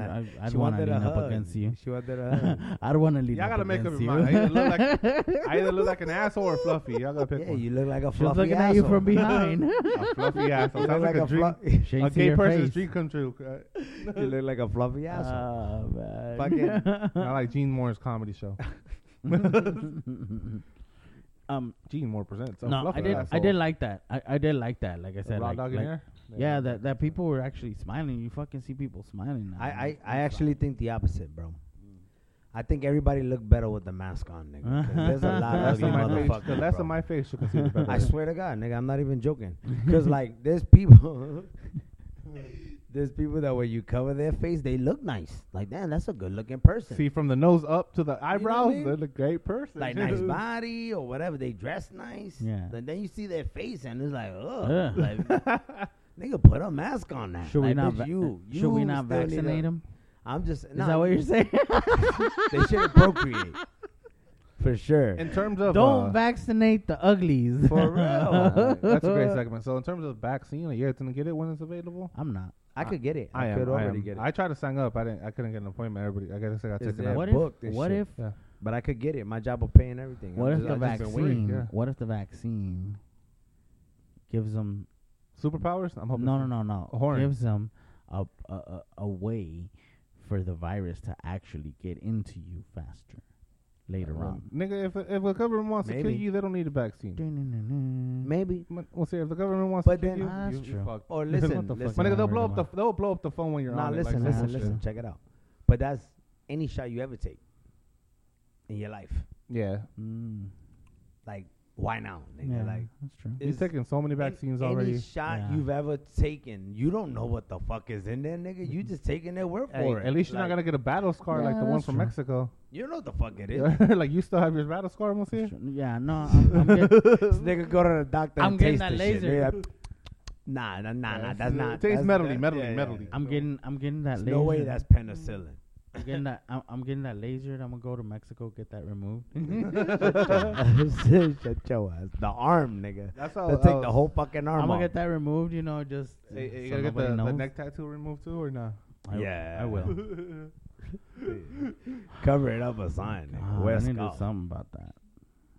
[SPEAKER 3] I, I, I'd
[SPEAKER 1] She
[SPEAKER 3] want to
[SPEAKER 1] wanted a
[SPEAKER 3] lean up
[SPEAKER 1] hug.
[SPEAKER 3] against you.
[SPEAKER 1] She wanted a hug.
[SPEAKER 3] I'd want to lean
[SPEAKER 2] Y'all
[SPEAKER 3] up
[SPEAKER 2] gotta make up your
[SPEAKER 3] against you.
[SPEAKER 2] mind. I either, look like, I either look like an asshole or fluffy. Y'all gotta pick
[SPEAKER 1] yeah,
[SPEAKER 2] one.
[SPEAKER 1] you look like a
[SPEAKER 3] She's
[SPEAKER 1] fluffy
[SPEAKER 3] looking
[SPEAKER 1] asshole.
[SPEAKER 3] at you from behind.
[SPEAKER 2] a fluffy asshole.
[SPEAKER 1] You look
[SPEAKER 2] Sounds like,
[SPEAKER 1] like
[SPEAKER 2] a
[SPEAKER 1] a
[SPEAKER 2] dream.
[SPEAKER 1] fluffy.
[SPEAKER 3] she
[SPEAKER 2] a
[SPEAKER 3] ain't seen
[SPEAKER 2] gay
[SPEAKER 3] your
[SPEAKER 2] person's
[SPEAKER 3] face.
[SPEAKER 2] dream come true. Uh,
[SPEAKER 1] You look like a fluffy asshole.
[SPEAKER 3] Oh, man.
[SPEAKER 1] Fucking-
[SPEAKER 2] I like Gene Moore's comedy show.
[SPEAKER 3] um,
[SPEAKER 2] Gene Moore presents. a
[SPEAKER 3] no, I
[SPEAKER 2] fluffy
[SPEAKER 3] did. I
[SPEAKER 2] asshole.
[SPEAKER 3] did like that. I, I did like that. Like I said,
[SPEAKER 2] raw
[SPEAKER 3] like,
[SPEAKER 2] dog in
[SPEAKER 3] like-
[SPEAKER 2] air.
[SPEAKER 3] yeah, that that people were actually smiling. You fucking see people smiling now.
[SPEAKER 1] I, I, I actually think the opposite, bro. I think everybody look better with the mask on, nigga. 'cause There's a lot
[SPEAKER 2] The
[SPEAKER 1] of
[SPEAKER 2] less
[SPEAKER 1] ugly
[SPEAKER 2] of my face,
[SPEAKER 1] motherfuckers.
[SPEAKER 2] the less
[SPEAKER 1] bro.
[SPEAKER 2] of my face you can see, the better.
[SPEAKER 1] I swear to God, nigga, I'm not even joking. Cause like there's people, there's people that when you cover their face, they look nice. Like damn, that's a good looking person.
[SPEAKER 2] See from the nose up to the eyebrows,
[SPEAKER 1] mean?
[SPEAKER 2] they're the great person.
[SPEAKER 1] like nice body or whatever, they dress nice.
[SPEAKER 3] Yeah.
[SPEAKER 1] And then you see their face and it's like,
[SPEAKER 3] Ugh.
[SPEAKER 1] ugh. Like, nigga, put a mask on that.
[SPEAKER 3] should we
[SPEAKER 1] Like,
[SPEAKER 3] not?
[SPEAKER 1] bitch,
[SPEAKER 3] va-
[SPEAKER 1] you, you
[SPEAKER 3] should we not
[SPEAKER 1] still need
[SPEAKER 3] vaccinate
[SPEAKER 1] a-
[SPEAKER 3] them?
[SPEAKER 1] I'm just.
[SPEAKER 3] Is that what you're saying?
[SPEAKER 1] They should appropriate for sure.
[SPEAKER 2] In terms of uh,
[SPEAKER 3] Don't vaccinate the uglies.
[SPEAKER 1] for real,
[SPEAKER 2] Alright, that's a great segment. So in terms of vaccine, are you guys gonna get it when it's available?
[SPEAKER 3] I'm not.
[SPEAKER 1] I could get it. I,
[SPEAKER 2] am,
[SPEAKER 1] could already
[SPEAKER 2] am.
[SPEAKER 1] get it.
[SPEAKER 2] I tried to sign up. I didn't. I couldn't get an appointment. Everybody, I guess I got
[SPEAKER 1] Is
[SPEAKER 2] taken
[SPEAKER 1] it-
[SPEAKER 2] out.
[SPEAKER 3] What
[SPEAKER 1] booked
[SPEAKER 3] if?
[SPEAKER 1] this
[SPEAKER 3] What
[SPEAKER 1] shit.
[SPEAKER 3] if?
[SPEAKER 2] Yeah.
[SPEAKER 1] but I could get it. My job will pay and everything.
[SPEAKER 3] What
[SPEAKER 1] I'm
[SPEAKER 3] if
[SPEAKER 1] just-
[SPEAKER 3] the
[SPEAKER 1] I just been waiting.
[SPEAKER 2] yeah.
[SPEAKER 3] vaccine? What if the vaccine gives them
[SPEAKER 2] Superpowers? I'm hoping.
[SPEAKER 3] no no no no
[SPEAKER 2] A horn.
[SPEAKER 3] gives them a, a a a way for the virus to actually get into you faster later on.
[SPEAKER 2] Nigga, if if the government wants to kill
[SPEAKER 1] Maybe.
[SPEAKER 2] you, they don't need a vaccine.
[SPEAKER 1] Maybe.
[SPEAKER 2] Come on, We'll see if the government wants
[SPEAKER 1] But
[SPEAKER 2] to kill
[SPEAKER 1] then-
[SPEAKER 2] you.
[SPEAKER 3] Ah, that's
[SPEAKER 2] you, you
[SPEAKER 3] true.
[SPEAKER 2] fucked.
[SPEAKER 1] Or
[SPEAKER 3] What
[SPEAKER 1] listen,
[SPEAKER 3] the
[SPEAKER 1] listen.
[SPEAKER 2] But nigga, they'll
[SPEAKER 3] Nah,
[SPEAKER 2] blow up
[SPEAKER 3] never
[SPEAKER 2] the
[SPEAKER 3] mind.
[SPEAKER 2] they'll blow up the phone when you're
[SPEAKER 1] Nah,
[SPEAKER 2] on. it, like,
[SPEAKER 1] listen,
[SPEAKER 2] that's
[SPEAKER 1] listen,
[SPEAKER 2] some
[SPEAKER 1] listen.
[SPEAKER 2] shit.
[SPEAKER 1] Check it out. But that's any shot you ever take in your life.
[SPEAKER 2] Yeah,
[SPEAKER 3] Mm.
[SPEAKER 1] Like why now? Nigga?
[SPEAKER 3] Yeah,
[SPEAKER 1] Like
[SPEAKER 3] that's true.
[SPEAKER 2] He's
[SPEAKER 1] is
[SPEAKER 2] taken so many
[SPEAKER 1] an-
[SPEAKER 2] vaccines
[SPEAKER 1] any
[SPEAKER 2] already.
[SPEAKER 1] shot
[SPEAKER 3] Yeah.
[SPEAKER 1] you've ever taken, you don't know what the fuck is in there, nigga. You just taking their word
[SPEAKER 2] Mm-hmm. Hey,
[SPEAKER 1] for it.
[SPEAKER 2] at least you're
[SPEAKER 1] Like,
[SPEAKER 2] not gonna get a battle scar
[SPEAKER 3] Yeah,
[SPEAKER 2] like the one
[SPEAKER 3] that's
[SPEAKER 2] from
[SPEAKER 3] true.
[SPEAKER 2] Mexico.
[SPEAKER 1] You know what the fuck it is.
[SPEAKER 2] like you still have your battle scar,
[SPEAKER 3] That's
[SPEAKER 2] Monsieur?
[SPEAKER 3] true. Yeah, no, I'm, I'm get-
[SPEAKER 1] this nigga go to the doctor.
[SPEAKER 3] I'm
[SPEAKER 1] and
[SPEAKER 3] getting
[SPEAKER 1] taste
[SPEAKER 3] that
[SPEAKER 1] the
[SPEAKER 3] laser.
[SPEAKER 1] Shit, nigga. Nah, nah, nah, nah. That's not.
[SPEAKER 2] Tastes
[SPEAKER 1] that's,
[SPEAKER 2] metally,
[SPEAKER 1] that-
[SPEAKER 2] metally,
[SPEAKER 1] yeah, yeah,
[SPEAKER 2] metally.
[SPEAKER 1] yeah.
[SPEAKER 3] I'm getting, I'm getting that
[SPEAKER 1] There's
[SPEAKER 3] laser.
[SPEAKER 1] no way that's penicillin.
[SPEAKER 3] I'm getting that. I'm, I'm getting that laser. and I'm gonna go to Mexico get that removed.
[SPEAKER 1] Shut your ass. The arm, nigga.
[SPEAKER 2] That's uh,
[SPEAKER 1] They'll take
[SPEAKER 2] oh.
[SPEAKER 1] the whole fucking arm
[SPEAKER 3] I'm
[SPEAKER 1] off.
[SPEAKER 3] gonna get that removed. You know, just
[SPEAKER 2] Hey,
[SPEAKER 3] so
[SPEAKER 2] you gotta get
[SPEAKER 3] nobody
[SPEAKER 2] the, the
[SPEAKER 3] knows.
[SPEAKER 2] neck tattoo removed too, or not?
[SPEAKER 3] I,
[SPEAKER 1] yeah,
[SPEAKER 3] I will.
[SPEAKER 1] Cover it up with sign. Nigga.
[SPEAKER 3] Ah, I
[SPEAKER 1] Wear
[SPEAKER 3] need to do
[SPEAKER 1] scarf.
[SPEAKER 3] something about that.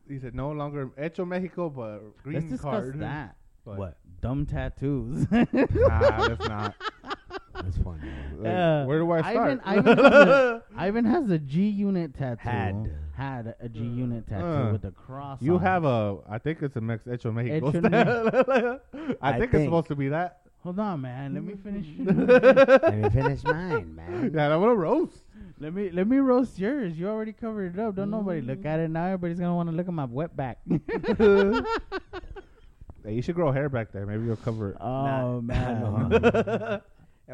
[SPEAKER 2] He said no longer hecho Mexico, but green
[SPEAKER 3] Let's discuss
[SPEAKER 2] card.
[SPEAKER 3] that.
[SPEAKER 2] But-
[SPEAKER 1] What?
[SPEAKER 3] Dumb tattoos.
[SPEAKER 2] Nah, that's not.
[SPEAKER 1] That's funny.
[SPEAKER 2] Like, where do I start?
[SPEAKER 3] Ivan, Ivan, has a, Ivan has a G Unit tattoo.
[SPEAKER 1] Had.
[SPEAKER 3] Had a G Unit tattoo
[SPEAKER 2] Uh.
[SPEAKER 3] with a cross.
[SPEAKER 2] you
[SPEAKER 3] on it.
[SPEAKER 2] have a. I think it's a Mex hecho Mexico.
[SPEAKER 3] Hecho
[SPEAKER 2] I,
[SPEAKER 1] I
[SPEAKER 2] think,
[SPEAKER 1] think.
[SPEAKER 2] it's supposed to be that.
[SPEAKER 3] Hold on, man. Let me finish.
[SPEAKER 1] Let me finish mine, man.
[SPEAKER 2] Yeah, I want to roast.
[SPEAKER 3] let me let me roast yours. You already covered it up. Don't nobody
[SPEAKER 2] Mm.
[SPEAKER 3] look at it now. Everybody's gonna want to look at my wet back.
[SPEAKER 2] Hey, you should grow hair back there. Maybe you'll cover it.
[SPEAKER 3] oh man.
[SPEAKER 1] No.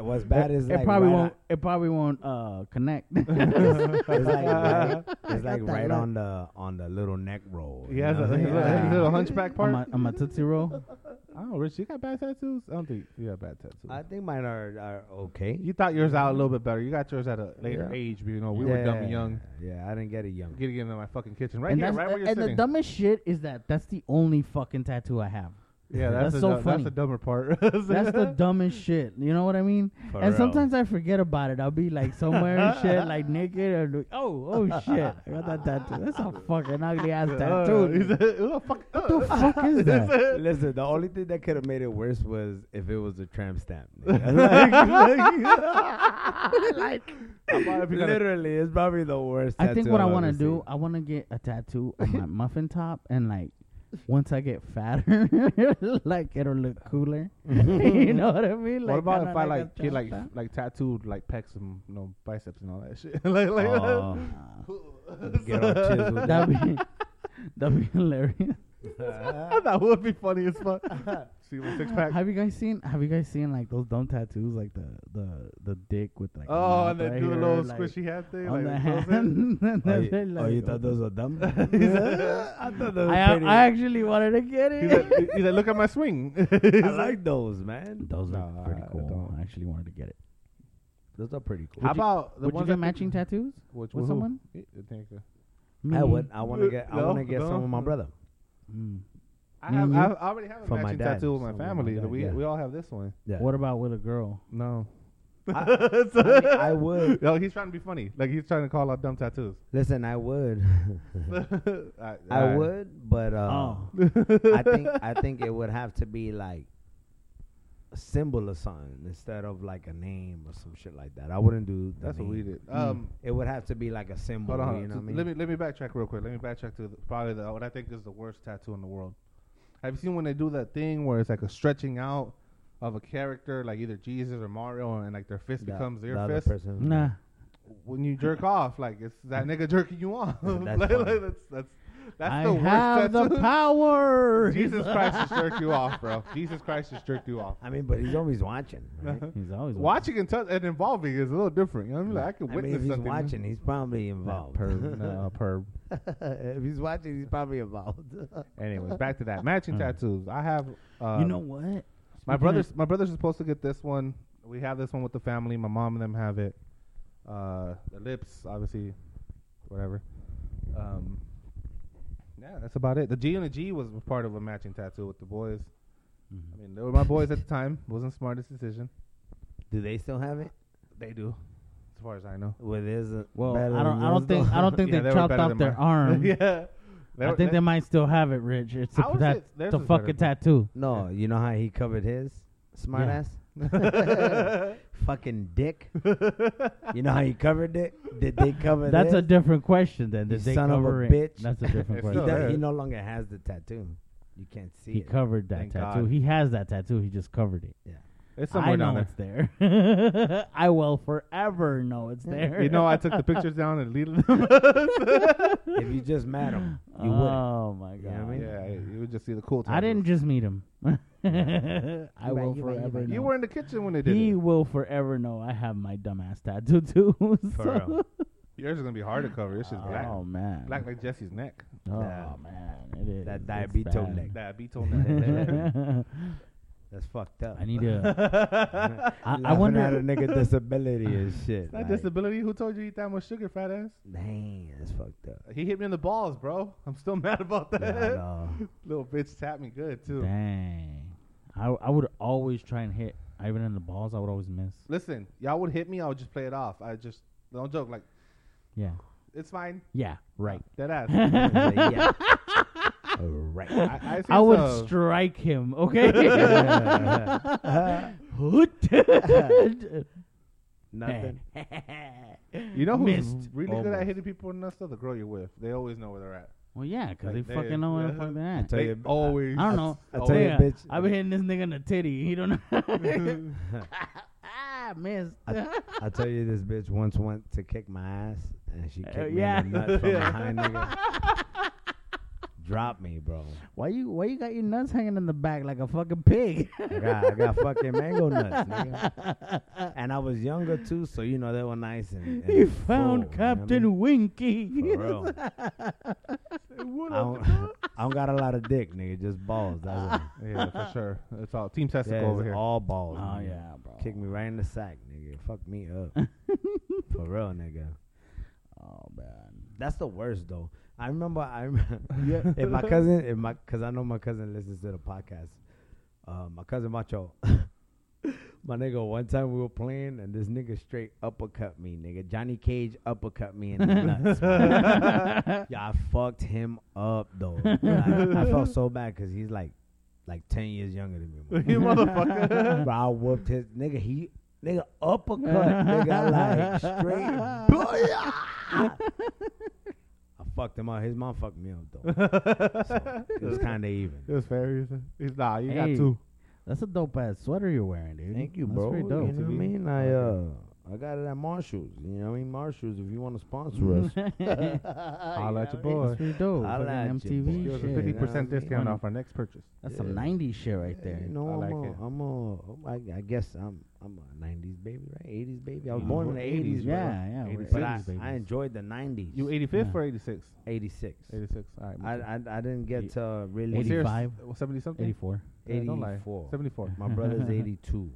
[SPEAKER 1] And what's bad is
[SPEAKER 3] it
[SPEAKER 1] like
[SPEAKER 3] probably
[SPEAKER 1] right
[SPEAKER 3] won't. It probably won't uh, connect.
[SPEAKER 1] On, it's like right, it's like
[SPEAKER 3] got that
[SPEAKER 1] right
[SPEAKER 3] look.
[SPEAKER 1] on the on the little neck roll.
[SPEAKER 2] He
[SPEAKER 1] you
[SPEAKER 2] has
[SPEAKER 1] know
[SPEAKER 2] a,
[SPEAKER 1] what I'm
[SPEAKER 2] his
[SPEAKER 1] saying?
[SPEAKER 2] little- his
[SPEAKER 1] Like,
[SPEAKER 2] little hunchback part.
[SPEAKER 3] I'm a, I'm a tootsie roll.
[SPEAKER 2] I don't know, Oh, Rich. You got bad tattoos? I don't think you got bad tattoos.
[SPEAKER 1] I think mine are, are okay.
[SPEAKER 2] you thought yours out a little bit better. You got yours at a later
[SPEAKER 1] Yeah.
[SPEAKER 2] age, but you know we were dumb and young.
[SPEAKER 1] Yeah, I didn't get it young.
[SPEAKER 2] Getting into my fucking kitchen right
[SPEAKER 3] and
[SPEAKER 2] here,
[SPEAKER 3] that's-
[SPEAKER 2] right where you're
[SPEAKER 3] and the
[SPEAKER 2] sitting.
[SPEAKER 3] dumbest shit is that that's the only fucking tattoo I have.
[SPEAKER 2] yeah, that's,
[SPEAKER 3] that's
[SPEAKER 2] the
[SPEAKER 3] so
[SPEAKER 2] du- That's
[SPEAKER 3] funny.
[SPEAKER 2] the dumber part.
[SPEAKER 3] That's the dumbest shit. You know what I mean?
[SPEAKER 1] For
[SPEAKER 3] and
[SPEAKER 1] real.
[SPEAKER 3] sometimes I forget about it. I'll be like somewhere and shit, like naked, or like, oh, oh shit, I got that tattoo. That's a fucking ugly ass tattoo.
[SPEAKER 2] Dude, he's a, who the fuck?
[SPEAKER 3] what the fuck is that?
[SPEAKER 1] Listen, the only thing that could have made it worse was if it was a tramp stamp. nigga. like,
[SPEAKER 2] How about if you got a-
[SPEAKER 1] literally, it's probably the worst.
[SPEAKER 3] I think
[SPEAKER 1] tattoo
[SPEAKER 3] what I
[SPEAKER 1] I've
[SPEAKER 3] want to
[SPEAKER 1] ever
[SPEAKER 3] do, I want to get a tattoo on my muffin top, and like, once I get fatter, like it'll look cooler. you know what I mean?
[SPEAKER 2] What about
[SPEAKER 3] kinda
[SPEAKER 2] if I like
[SPEAKER 3] a
[SPEAKER 2] get like
[SPEAKER 3] tramp
[SPEAKER 2] like tattooed like pecs and you know biceps and all that shit? like like
[SPEAKER 1] seen. Oh, get all
[SPEAKER 3] stamp?
[SPEAKER 1] chiseled.
[SPEAKER 3] That'd be that'd be hilarious.
[SPEAKER 2] that would be funny as fuck. See my six pack.
[SPEAKER 3] Have you guys seen? Have you guys seen like those dumb tattoos, like the the the dick with like
[SPEAKER 2] Oh,
[SPEAKER 3] mouth
[SPEAKER 2] and then
[SPEAKER 3] right
[SPEAKER 2] do the
[SPEAKER 3] here,
[SPEAKER 2] little
[SPEAKER 3] like,
[SPEAKER 2] squishy hat thing.
[SPEAKER 3] on
[SPEAKER 2] like,
[SPEAKER 3] the
[SPEAKER 2] close it.
[SPEAKER 3] hand. And
[SPEAKER 1] Oh,
[SPEAKER 3] then
[SPEAKER 1] you,
[SPEAKER 3] they're
[SPEAKER 1] oh,
[SPEAKER 3] like,
[SPEAKER 1] you thought those were dumb? I thought those were
[SPEAKER 3] I, I
[SPEAKER 1] pretty.
[SPEAKER 3] actually wanted to get
[SPEAKER 2] He's
[SPEAKER 3] it.
[SPEAKER 2] like, he's like, look at my swing.
[SPEAKER 1] I like those, man.
[SPEAKER 3] Those are
[SPEAKER 2] No,
[SPEAKER 3] pretty
[SPEAKER 2] I
[SPEAKER 3] cool.
[SPEAKER 2] don't.
[SPEAKER 3] I actually wanted to get it.
[SPEAKER 1] Those are pretty cool.
[SPEAKER 2] How
[SPEAKER 3] Would you-
[SPEAKER 2] about the
[SPEAKER 3] Would you
[SPEAKER 2] ones
[SPEAKER 3] get
[SPEAKER 2] that-
[SPEAKER 3] matching tattoos?
[SPEAKER 2] Which,
[SPEAKER 3] with
[SPEAKER 2] who?
[SPEAKER 3] someone?
[SPEAKER 2] Yeah, I think, uh,
[SPEAKER 1] I
[SPEAKER 3] Me.
[SPEAKER 1] would. I want to get. I
[SPEAKER 2] No,
[SPEAKER 1] want to get some
[SPEAKER 2] no.
[SPEAKER 1] with my brother.
[SPEAKER 3] Mm.
[SPEAKER 2] I
[SPEAKER 3] Me
[SPEAKER 2] have.
[SPEAKER 3] and
[SPEAKER 2] I
[SPEAKER 3] you?
[SPEAKER 2] I already have a
[SPEAKER 1] From my
[SPEAKER 2] matching
[SPEAKER 1] dad,
[SPEAKER 2] tattoo with
[SPEAKER 1] so
[SPEAKER 2] my
[SPEAKER 1] with my
[SPEAKER 2] family.
[SPEAKER 1] dad,
[SPEAKER 2] we
[SPEAKER 1] yeah.
[SPEAKER 2] we all have this one.
[SPEAKER 1] Yeah.
[SPEAKER 3] What about with a girl?
[SPEAKER 2] No.
[SPEAKER 1] I, I mean, I would
[SPEAKER 2] Yo, Oh, he's trying to be funny. Like he's trying to call out dumb tattoos.
[SPEAKER 1] listen. I would.
[SPEAKER 2] I,
[SPEAKER 1] I would, but uh,
[SPEAKER 3] Oh.
[SPEAKER 1] I think I think it would have to be like a symbol or something instead of like a name or some shit like that. I wouldn't do. The
[SPEAKER 2] That's what we
[SPEAKER 1] name.
[SPEAKER 3] Mm.
[SPEAKER 2] did. Um,
[SPEAKER 1] It would have to be like a symbol.
[SPEAKER 2] hold on. hold
[SPEAKER 1] you
[SPEAKER 2] on.
[SPEAKER 1] know what I mean?
[SPEAKER 2] Let me let me backtrack real quick. Let me backtrack to the, probably the, what I think is the worst tattoo in the world. Have you seen when they do that thing where it's like a stretching out of a character, like either Jesus or Mario, and like their fist
[SPEAKER 1] That-
[SPEAKER 2] becomes
[SPEAKER 1] the
[SPEAKER 2] their
[SPEAKER 1] other
[SPEAKER 2] fist?
[SPEAKER 1] person.
[SPEAKER 3] Nah.
[SPEAKER 2] When you jerk off, like it's that nigga jerking you off.
[SPEAKER 1] That's
[SPEAKER 2] like,
[SPEAKER 1] funny.
[SPEAKER 2] like, that's that's that's
[SPEAKER 3] I
[SPEAKER 2] the worst
[SPEAKER 3] have
[SPEAKER 2] tattoo.
[SPEAKER 3] the power.
[SPEAKER 2] Jesus Christ just jerked you off, bro. Jesus Christ just jerked you off.
[SPEAKER 1] I mean, but he's always watching. Right?
[SPEAKER 3] He's always
[SPEAKER 2] Watching and touch and involving is a little different. You know what I mean? Like, I can
[SPEAKER 1] I mean,
[SPEAKER 2] witness
[SPEAKER 1] if he's
[SPEAKER 2] something.
[SPEAKER 1] watching, he's probably involved.
[SPEAKER 2] Perb, no, perb.
[SPEAKER 1] if he's watching, he's probably involved.
[SPEAKER 2] Anyways, back to that matching
[SPEAKER 1] Mm.
[SPEAKER 2] tattoos. I have. Uh,
[SPEAKER 3] You know what?
[SPEAKER 2] my
[SPEAKER 3] Speaking of-
[SPEAKER 2] brother's my brother's supposed to get this one. We have this one with the family. My mom and them have it. Uh, the lips, obviously, whatever. Um, yeah, that's about it. The G and the G was part of a matching tattoo with the boys.
[SPEAKER 3] Mm-hmm.
[SPEAKER 2] I mean, they were my boys at the time. Wasn't the smartest decision.
[SPEAKER 1] do they still have it?
[SPEAKER 2] They do, as far as I know.
[SPEAKER 1] Well, there's a
[SPEAKER 3] Well,
[SPEAKER 1] better
[SPEAKER 3] I don't.
[SPEAKER 1] than
[SPEAKER 3] I don't
[SPEAKER 1] yours,
[SPEAKER 3] think.
[SPEAKER 1] though.
[SPEAKER 3] I don't think
[SPEAKER 2] Yeah,
[SPEAKER 3] they
[SPEAKER 2] were
[SPEAKER 3] chopped
[SPEAKER 2] better
[SPEAKER 3] off
[SPEAKER 2] than
[SPEAKER 3] their
[SPEAKER 2] mine.
[SPEAKER 3] arm.
[SPEAKER 2] yeah, They
[SPEAKER 3] Um, I
[SPEAKER 2] were-
[SPEAKER 3] think they might still have it, Rich. It's a,
[SPEAKER 2] Ours is-
[SPEAKER 3] that,
[SPEAKER 2] theirs
[SPEAKER 3] the
[SPEAKER 2] is better,
[SPEAKER 3] fucking
[SPEAKER 2] but-
[SPEAKER 3] tattoo.
[SPEAKER 1] No, you know how he covered his smart
[SPEAKER 3] Yeah.
[SPEAKER 1] ass? Fucking dick. you know how he covered it? Did they cover
[SPEAKER 3] That's a
[SPEAKER 1] this?
[SPEAKER 3] different question. Then
[SPEAKER 1] You
[SPEAKER 3] did they
[SPEAKER 1] son of a
[SPEAKER 3] cover it?
[SPEAKER 1] bitch.
[SPEAKER 3] That's a
[SPEAKER 2] It's
[SPEAKER 3] different
[SPEAKER 1] he,
[SPEAKER 2] still
[SPEAKER 3] question.
[SPEAKER 1] does-
[SPEAKER 2] there.
[SPEAKER 1] he no longer has the tattoo. You can't see
[SPEAKER 3] He
[SPEAKER 1] it.
[SPEAKER 3] covered that
[SPEAKER 2] Thank
[SPEAKER 3] tattoo.
[SPEAKER 2] God.
[SPEAKER 3] He has that tattoo. He just covered it.
[SPEAKER 1] yeah.
[SPEAKER 2] It's somewhere
[SPEAKER 3] I
[SPEAKER 2] down
[SPEAKER 3] know
[SPEAKER 2] there.
[SPEAKER 3] it's there. I will forever know it's there.
[SPEAKER 2] You know, I took the pictures down and deleted them.
[SPEAKER 1] if you just met him, you wouldn't.
[SPEAKER 3] oh my god!
[SPEAKER 1] You know what I mean?
[SPEAKER 2] yeah, you would just see the cool.
[SPEAKER 3] I didn't just meet him. I
[SPEAKER 1] You right, you right,
[SPEAKER 3] will
[SPEAKER 1] you
[SPEAKER 3] forever
[SPEAKER 1] right.
[SPEAKER 3] know.
[SPEAKER 2] You were in the kitchen when they did
[SPEAKER 3] he
[SPEAKER 2] it.
[SPEAKER 3] will forever know I have my dumbass tattoo too.
[SPEAKER 1] For
[SPEAKER 3] so-
[SPEAKER 1] real.
[SPEAKER 2] Yours is gonna be hard to cover. It's just black,
[SPEAKER 3] Oh man.
[SPEAKER 2] black like Jesse's neck.
[SPEAKER 3] oh
[SPEAKER 1] Yeah.
[SPEAKER 3] man. It is.
[SPEAKER 1] That
[SPEAKER 3] It's
[SPEAKER 1] diabetes
[SPEAKER 3] bad.
[SPEAKER 1] neck.
[SPEAKER 2] That beat on that.
[SPEAKER 1] That's fucked up.
[SPEAKER 3] I need to.
[SPEAKER 1] I,
[SPEAKER 3] I, I wonder.
[SPEAKER 1] at a nigga disability and shit.
[SPEAKER 2] That
[SPEAKER 1] like,
[SPEAKER 2] disability. Who told you eat that much sugar, fat ass?
[SPEAKER 1] Dang, that's fucked up.
[SPEAKER 2] He hit me in the balls, bro. I'm still mad about that.
[SPEAKER 1] Yeah, I know.
[SPEAKER 2] Little bitch tapped me good too.
[SPEAKER 3] Dang. I I would always try and hit Ivan in the balls. I would always miss.
[SPEAKER 2] Listen, y'all would hit me. I would just play it off. I just don't joke. Like
[SPEAKER 3] Yeah.
[SPEAKER 2] it's fine.
[SPEAKER 3] Yeah. Right.
[SPEAKER 2] Dead ass.
[SPEAKER 1] Like, yeah. All right.
[SPEAKER 2] I, I, seen
[SPEAKER 3] I would
[SPEAKER 2] some-
[SPEAKER 3] strike him. Okay.
[SPEAKER 1] Nothing.
[SPEAKER 2] You know who's
[SPEAKER 3] Missed.
[SPEAKER 2] really good at
[SPEAKER 1] Almost.
[SPEAKER 2] hitting people in the stuff? The girl you're with. They always know where they're at.
[SPEAKER 3] well, yeah, 'cause
[SPEAKER 2] Like
[SPEAKER 3] they
[SPEAKER 2] that.
[SPEAKER 3] fucking know where the fuck
[SPEAKER 2] Yeah.
[SPEAKER 3] they're at.
[SPEAKER 1] Tell
[SPEAKER 2] They
[SPEAKER 1] you- I-
[SPEAKER 2] always.
[SPEAKER 3] I don't know. Oh,
[SPEAKER 1] I tell you,
[SPEAKER 3] Yeah,
[SPEAKER 1] bitch.
[SPEAKER 3] I've been hitting this nigga in the titty. He don't know. ah, missed.
[SPEAKER 1] I tell you, this bitch once went to kick my ass, and she kicked
[SPEAKER 3] Uh,
[SPEAKER 1] me
[SPEAKER 3] yeah.
[SPEAKER 1] in the nuts from
[SPEAKER 2] Yeah.
[SPEAKER 1] behind, nigga. Drop me, bro.
[SPEAKER 3] Why you why you got your nuts hanging in the back like a fucking pig?
[SPEAKER 1] I got, I got fucking mango nuts, nigga. And I was younger too, so you know they were nice and. and
[SPEAKER 3] you found
[SPEAKER 1] full, you know what I
[SPEAKER 3] Captain
[SPEAKER 1] mean?
[SPEAKER 3] Winky.
[SPEAKER 1] For real. I don't, I don't got a lot of dick, nigga. Just balls.
[SPEAKER 3] Ah.
[SPEAKER 1] That's all.
[SPEAKER 2] Yeah, for sure. It's all team testicle
[SPEAKER 1] Yeah,
[SPEAKER 2] over
[SPEAKER 1] it's
[SPEAKER 2] here.
[SPEAKER 1] all balls.
[SPEAKER 3] Oh
[SPEAKER 1] nigga.
[SPEAKER 3] yeah, bro.
[SPEAKER 1] Kick me right in the sack, nigga. Fuck me up. For real, nigga.
[SPEAKER 3] Oh man.
[SPEAKER 1] That's the worst though. I remember I rem- if my cousin if my cause I know my cousin listens to the podcast. Uh, my cousin Macho. my nigga, one time we were playing and this nigga straight uppercut me, nigga. Johnny Cage uppercut me in the nuts. man. yeah, I fucked him up though. Like, I felt so bad because he's like like ten years younger than me. my
[SPEAKER 2] you motherfucker.
[SPEAKER 1] Bro, I whooped his nigga. He nigga uppercut nigga like straight. booyah! I fucked him up. His mom fucked me up though. So, it was kind of even.
[SPEAKER 2] It was fair. he said. He's nah. You got
[SPEAKER 3] Hey.
[SPEAKER 2] two.
[SPEAKER 3] That's a dope ass sweater you're wearing, dude. That's Pretty dope.
[SPEAKER 1] You know what I mean? I uh, I got it at Marshalls. You know what I mean? Marshalls. If you want to sponsor us,
[SPEAKER 2] Holla at your
[SPEAKER 3] That's
[SPEAKER 2] boy.
[SPEAKER 3] pretty dope.
[SPEAKER 1] I'll
[SPEAKER 3] Fucking
[SPEAKER 1] add you, boy.
[SPEAKER 2] Give us a
[SPEAKER 3] MTV
[SPEAKER 1] Yeah,
[SPEAKER 3] shit.
[SPEAKER 2] fifty
[SPEAKER 1] you know what I
[SPEAKER 2] percent
[SPEAKER 1] mean?
[SPEAKER 2] discount off our next purchase.
[SPEAKER 3] That's some
[SPEAKER 1] Yeah.
[SPEAKER 3] '90s shit right there.
[SPEAKER 1] you know,
[SPEAKER 2] I
[SPEAKER 1] I'm,
[SPEAKER 2] like
[SPEAKER 1] a,
[SPEAKER 2] it.
[SPEAKER 1] I'm a, I'm a, I guess I'm, I'm a '90s baby, right? '80s baby. I was
[SPEAKER 3] You
[SPEAKER 1] born in
[SPEAKER 3] were
[SPEAKER 1] the
[SPEAKER 3] 80s,
[SPEAKER 1] '80s, bro.
[SPEAKER 3] yeah, yeah, we're
[SPEAKER 1] But I,
[SPEAKER 3] 80s babies.
[SPEAKER 1] I enjoyed the '90s.
[SPEAKER 2] You eighty fifth
[SPEAKER 3] Yeah.
[SPEAKER 2] or eighty six?
[SPEAKER 1] 86.
[SPEAKER 2] Eighty six. All right.
[SPEAKER 1] I, I, I didn't get to really
[SPEAKER 3] Well, serious- 85.
[SPEAKER 2] Seventy something.
[SPEAKER 3] '84.
[SPEAKER 2] Yeah, don't lie.
[SPEAKER 1] 84.
[SPEAKER 2] Seventy four.
[SPEAKER 1] My brother's 82.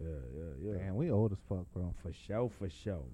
[SPEAKER 1] Yeah, yeah, yeah.
[SPEAKER 2] Damn, we old as fuck, bro.
[SPEAKER 1] For show, for show.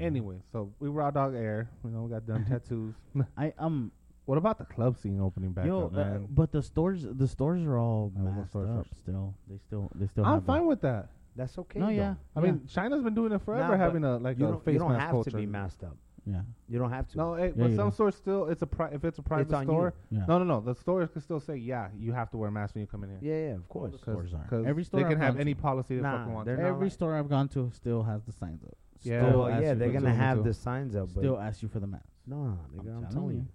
[SPEAKER 2] Anyway, so we raw dog air. You know, we got
[SPEAKER 1] Mm-hmm.
[SPEAKER 2] done tattoos.
[SPEAKER 3] I um
[SPEAKER 2] what about the club scene opening back
[SPEAKER 3] yo,
[SPEAKER 2] up,
[SPEAKER 3] uh,
[SPEAKER 2] man?
[SPEAKER 3] but the stores the stores are all
[SPEAKER 2] I will go
[SPEAKER 3] messed
[SPEAKER 2] stores
[SPEAKER 3] up
[SPEAKER 2] first.
[SPEAKER 3] still. They still they still.
[SPEAKER 2] I'm
[SPEAKER 3] have
[SPEAKER 2] fine
[SPEAKER 3] that.
[SPEAKER 2] with that.
[SPEAKER 1] That's okay.
[SPEAKER 3] No,
[SPEAKER 1] though.
[SPEAKER 3] yeah.
[SPEAKER 2] I mean, China's been doing
[SPEAKER 1] Nah,
[SPEAKER 2] it forever,
[SPEAKER 1] but
[SPEAKER 2] having a like
[SPEAKER 1] you
[SPEAKER 2] a
[SPEAKER 1] don't,
[SPEAKER 2] face
[SPEAKER 1] you don't
[SPEAKER 2] mask
[SPEAKER 1] have
[SPEAKER 2] culture.
[SPEAKER 1] to be masked up.
[SPEAKER 3] yeah,
[SPEAKER 1] You don't have to.
[SPEAKER 2] No, it,
[SPEAKER 3] Yeah,
[SPEAKER 2] but
[SPEAKER 3] you
[SPEAKER 2] some
[SPEAKER 3] do.
[SPEAKER 2] stores still. It's a pri- if it's a private
[SPEAKER 1] on you.
[SPEAKER 2] store.
[SPEAKER 3] yeah.
[SPEAKER 2] No, no, no. The stores can still say, yeah, you have to wear a mask when you come in here.
[SPEAKER 1] Yeah, yeah, of course.
[SPEAKER 2] Cause,
[SPEAKER 3] Stores aren't.
[SPEAKER 2] 'cause
[SPEAKER 3] Every store
[SPEAKER 2] they can
[SPEAKER 3] I've
[SPEAKER 2] have
[SPEAKER 3] gone
[SPEAKER 2] any
[SPEAKER 3] to-
[SPEAKER 2] policy the
[SPEAKER 1] Nah,
[SPEAKER 2] fuck they want.
[SPEAKER 1] they're not
[SPEAKER 3] Every
[SPEAKER 1] like-
[SPEAKER 3] store I've gone to still has the signs up.
[SPEAKER 2] Yeah,
[SPEAKER 1] Still,
[SPEAKER 2] I'll ask
[SPEAKER 1] yeah,
[SPEAKER 2] you
[SPEAKER 1] they're
[SPEAKER 2] for
[SPEAKER 1] going to
[SPEAKER 2] two,
[SPEAKER 1] have
[SPEAKER 2] too.
[SPEAKER 1] the signs up. But
[SPEAKER 3] Still ask you for the mask,
[SPEAKER 1] Nah, nigga, I'm,
[SPEAKER 3] telling
[SPEAKER 1] telling
[SPEAKER 3] you.
[SPEAKER 1] you.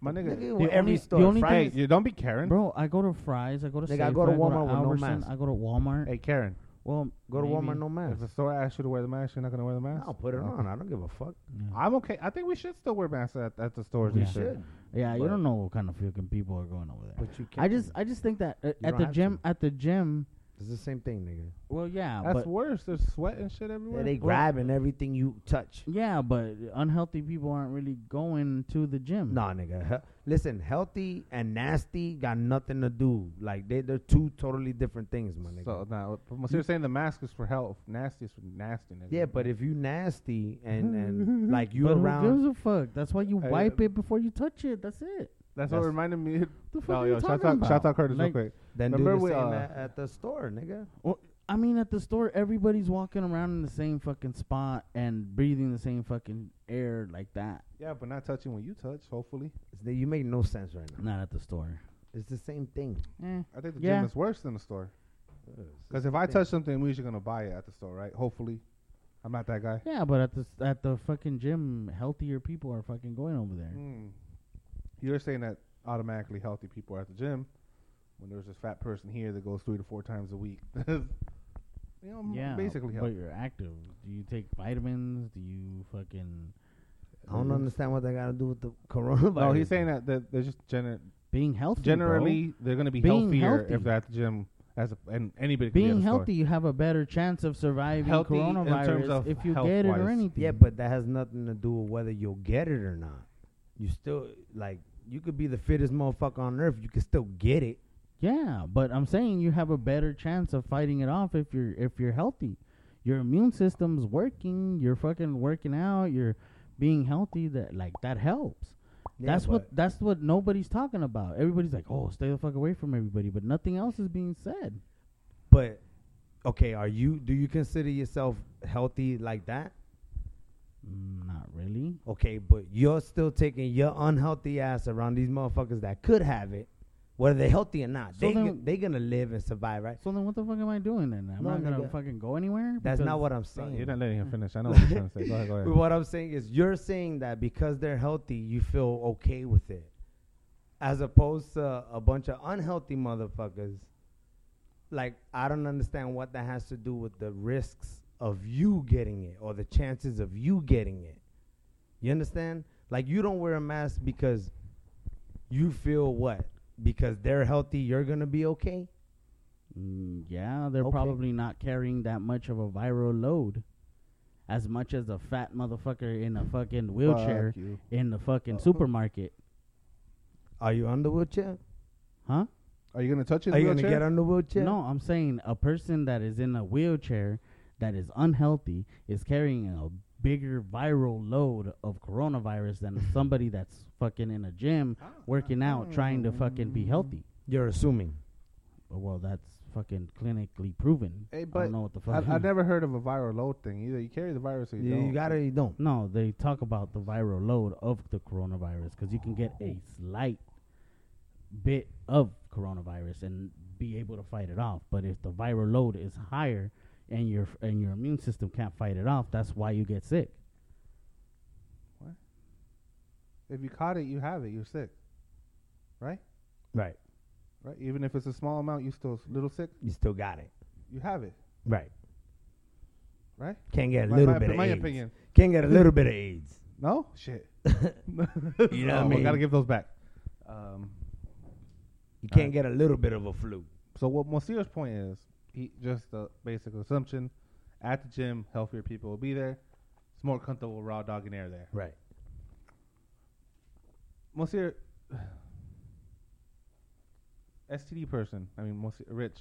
[SPEAKER 2] My nigga,
[SPEAKER 1] Nigga,
[SPEAKER 3] The
[SPEAKER 1] every
[SPEAKER 3] only-
[SPEAKER 1] store.
[SPEAKER 3] the only
[SPEAKER 1] Fri-
[SPEAKER 2] hey,
[SPEAKER 3] thing-
[SPEAKER 2] you don't be Karen.
[SPEAKER 3] bro. I go to Fry's, I go to
[SPEAKER 1] Nigga, I
[SPEAKER 3] Safeway,
[SPEAKER 1] go to Walmart
[SPEAKER 3] I
[SPEAKER 1] with no
[SPEAKER 3] Albertsons,
[SPEAKER 1] mask.
[SPEAKER 3] I go to Walmart.
[SPEAKER 2] Hey, Karen,
[SPEAKER 3] well,
[SPEAKER 1] Go to Walmart,
[SPEAKER 3] maybe-
[SPEAKER 1] no
[SPEAKER 2] if
[SPEAKER 1] mask.
[SPEAKER 2] the store asks you to wear the mask, you're not gonna wear the mask.
[SPEAKER 1] I'll put it
[SPEAKER 2] Okay.
[SPEAKER 1] on. I don't give a fuck.
[SPEAKER 3] Yeah.
[SPEAKER 2] I'm okay. I think we should still wear masks at, at the stores.
[SPEAKER 3] We
[SPEAKER 2] and
[SPEAKER 3] should.
[SPEAKER 2] shit.
[SPEAKER 3] Yeah, you
[SPEAKER 1] But-
[SPEAKER 3] don't know what kind of fucking people are going over there.
[SPEAKER 1] But you can't.
[SPEAKER 3] I just, I just think that uh, at
[SPEAKER 1] don't
[SPEAKER 3] the
[SPEAKER 1] have
[SPEAKER 3] gym,
[SPEAKER 1] to.
[SPEAKER 3] at the gym,
[SPEAKER 1] It's the same thing, nigga.
[SPEAKER 3] well, yeah,
[SPEAKER 2] That's
[SPEAKER 3] but
[SPEAKER 2] worse. There's sweat and shit everywhere.
[SPEAKER 1] they
[SPEAKER 3] Well-
[SPEAKER 1] grabbing everything you touch.
[SPEAKER 3] yeah, but unhealthy people aren't really going to the gym.
[SPEAKER 1] Nah, nigga. He- listen, healthy and nasty got nothing to do. Like they, they're two totally different things, my nigga.
[SPEAKER 2] So now, so you're saying the mask is for health, nasty is for nastiness.
[SPEAKER 1] yeah, but if you nasty and and like you
[SPEAKER 3] but who
[SPEAKER 1] around,
[SPEAKER 3] gives a fuck? That's why you
[SPEAKER 2] Hey,
[SPEAKER 3] wipe
[SPEAKER 2] uh,
[SPEAKER 3] it before you touch it. That's it.
[SPEAKER 1] That's-
[SPEAKER 2] that's, what reminded me.
[SPEAKER 3] The fuck
[SPEAKER 2] Oh,
[SPEAKER 3] are
[SPEAKER 2] yo,
[SPEAKER 3] you
[SPEAKER 2] shout
[SPEAKER 3] talking
[SPEAKER 2] out,
[SPEAKER 3] about?
[SPEAKER 2] shout out Curtis
[SPEAKER 3] Like,
[SPEAKER 2] real quick.
[SPEAKER 1] then do
[SPEAKER 2] remember
[SPEAKER 1] the
[SPEAKER 2] we,
[SPEAKER 1] same
[SPEAKER 2] uh,
[SPEAKER 1] at, at the store, nigga.
[SPEAKER 3] Well, I mean, at the store, everybody's walking around in the same fucking spot and breathing the same fucking air like that.
[SPEAKER 2] Yeah, but not touching when you touch. Hopefully,
[SPEAKER 1] It's that you make no sense right now.
[SPEAKER 3] Not at the store.
[SPEAKER 1] It's the same thing.
[SPEAKER 3] Eh.
[SPEAKER 2] I think the
[SPEAKER 3] Yeah.
[SPEAKER 2] gym is worse than the store.
[SPEAKER 1] It's the
[SPEAKER 3] Uh,
[SPEAKER 2] Because if I
[SPEAKER 1] same
[SPEAKER 2] touch something, we usually gonna buy it at the store, right? Hopefully, I'm not that guy.
[SPEAKER 3] Yeah, but at the s- at the fucking gym, healthier people are
[SPEAKER 2] Hmm.
[SPEAKER 3] fucking going over there.
[SPEAKER 2] Mm. You're saying that automatically healthy people are at the gym. when there's this fat person here that goes three to four times a week. you know, m-
[SPEAKER 3] Yeah,
[SPEAKER 2] Mm, basically
[SPEAKER 3] But
[SPEAKER 2] healthy.
[SPEAKER 3] you're active. Do you take vitamins? Do you fucking
[SPEAKER 1] I don't understand what that got to do with the coronavirus.
[SPEAKER 2] No, he's saying that, that they're just gener-
[SPEAKER 3] being healthy? bro.
[SPEAKER 2] generally they're going to be
[SPEAKER 3] Being
[SPEAKER 2] healthier if
[SPEAKER 3] healthy.
[SPEAKER 2] they're at the gym as a, and anybody can be at
[SPEAKER 3] being
[SPEAKER 2] the store.
[SPEAKER 3] healthy, you have a better chance of surviving
[SPEAKER 2] Healthy in terms
[SPEAKER 3] coronavirus
[SPEAKER 2] of
[SPEAKER 3] if you get it or
[SPEAKER 2] health-wise.
[SPEAKER 3] anything.
[SPEAKER 1] Yeah, but that has nothing to do with whether you'll get it or not. You still like you could be the fittest motherfucker on earth. You could still get it.
[SPEAKER 3] yeah, but I'm saying you have a better chance of fighting it off if you're if you're healthy. Your immune system's working. You're fucking working out. You're being healthy. That like that helps.
[SPEAKER 1] Yeah,
[SPEAKER 3] that's what
[SPEAKER 1] but-
[SPEAKER 3] that's what nobody's talking about. Everybody's like, "Oh, stay the fuck away from everybody," but nothing else is being said.
[SPEAKER 1] But okay, are you? Do you consider yourself healthy like that?
[SPEAKER 3] Mm, Not really.
[SPEAKER 1] Okay, but you're still taking your unhealthy ass around these motherfuckers that could have it, whether they're healthy or not.
[SPEAKER 3] So
[SPEAKER 1] they
[SPEAKER 3] then-
[SPEAKER 1] g- they gonna live and survive, right?
[SPEAKER 3] So then, what the fuck am I doing then? I'm
[SPEAKER 1] No,
[SPEAKER 3] not gonna
[SPEAKER 1] nigga.
[SPEAKER 3] fucking go anywhere.
[SPEAKER 1] That's not
[SPEAKER 3] because-
[SPEAKER 1] what I'm
[SPEAKER 2] Sorry,
[SPEAKER 1] saying.
[SPEAKER 2] You're not letting
[SPEAKER 3] Hmm.
[SPEAKER 2] him finish. I know what you're trying to say. Go ahead, go ahead.
[SPEAKER 1] What I'm saying is, you're saying that because they're healthy, you feel okay with it, as opposed to a bunch of unhealthy motherfuckers. Like I don't understand what that has to do with the risks of you getting it or the chances of you getting it. You understand? Like you don't wear a mask because you feel what? Because they're healthy, you're gonna be okay.
[SPEAKER 3] Mm, yeah, they're
[SPEAKER 1] Okay.
[SPEAKER 3] probably not carrying that much of a viral load, as much as a fat motherfucker in a fucking wheelchair
[SPEAKER 2] Fuck Uh, you.
[SPEAKER 3] in the fucking supermarket,
[SPEAKER 1] Are you on the wheelchair?
[SPEAKER 3] huh?
[SPEAKER 2] Are you going to touch his
[SPEAKER 1] Are you
[SPEAKER 2] wheelchair?
[SPEAKER 1] gonna get on the wheelchair?
[SPEAKER 3] No, I'm saying a person that is in a wheelchair that is unhealthy is carrying a bigger viral load of coronavirus than somebody that's fucking in a gym working out trying to fucking be healthy.
[SPEAKER 1] You're assuming.
[SPEAKER 3] Well, that's fucking clinically proven.
[SPEAKER 2] Hey,
[SPEAKER 3] I
[SPEAKER 2] but
[SPEAKER 3] don't know what the fuck.
[SPEAKER 2] I, I've never heard of a viral load thing either. You carry the virus or you
[SPEAKER 1] You,
[SPEAKER 2] don't.
[SPEAKER 1] you gotta. You don't.
[SPEAKER 3] No, they talk about the viral load of the coronavirus because you can get a slight bit of coronavirus and be able to fight it off. But if the viral load is higher and your and your immune system can't fight it off, that's why you get sick.
[SPEAKER 2] If you caught it, you have it. You're sick, right?
[SPEAKER 1] Right.
[SPEAKER 2] Right. Even if it's a small amount, you still a little sick.
[SPEAKER 1] You still got it.
[SPEAKER 2] You have it,
[SPEAKER 1] Right.
[SPEAKER 2] right?
[SPEAKER 1] Can't get a
[SPEAKER 2] My-
[SPEAKER 1] little
[SPEAKER 2] my-
[SPEAKER 1] bit of
[SPEAKER 2] my
[SPEAKER 1] AIDS.
[SPEAKER 2] opinion.
[SPEAKER 1] Can't get a little bit of AIDS.
[SPEAKER 2] No shit.
[SPEAKER 1] You know what I
[SPEAKER 2] Oh, we
[SPEAKER 1] mean?
[SPEAKER 2] gotta give those back. Um,
[SPEAKER 1] You can't get a little bit of a flu.
[SPEAKER 2] so what Monsieur's point is, he just the basic assumption: at the gym, healthier people will be there. It's more comfortable raw dog in air there.
[SPEAKER 1] Right.
[SPEAKER 2] Monsieur, STD person. I mean, Monsieur Rich.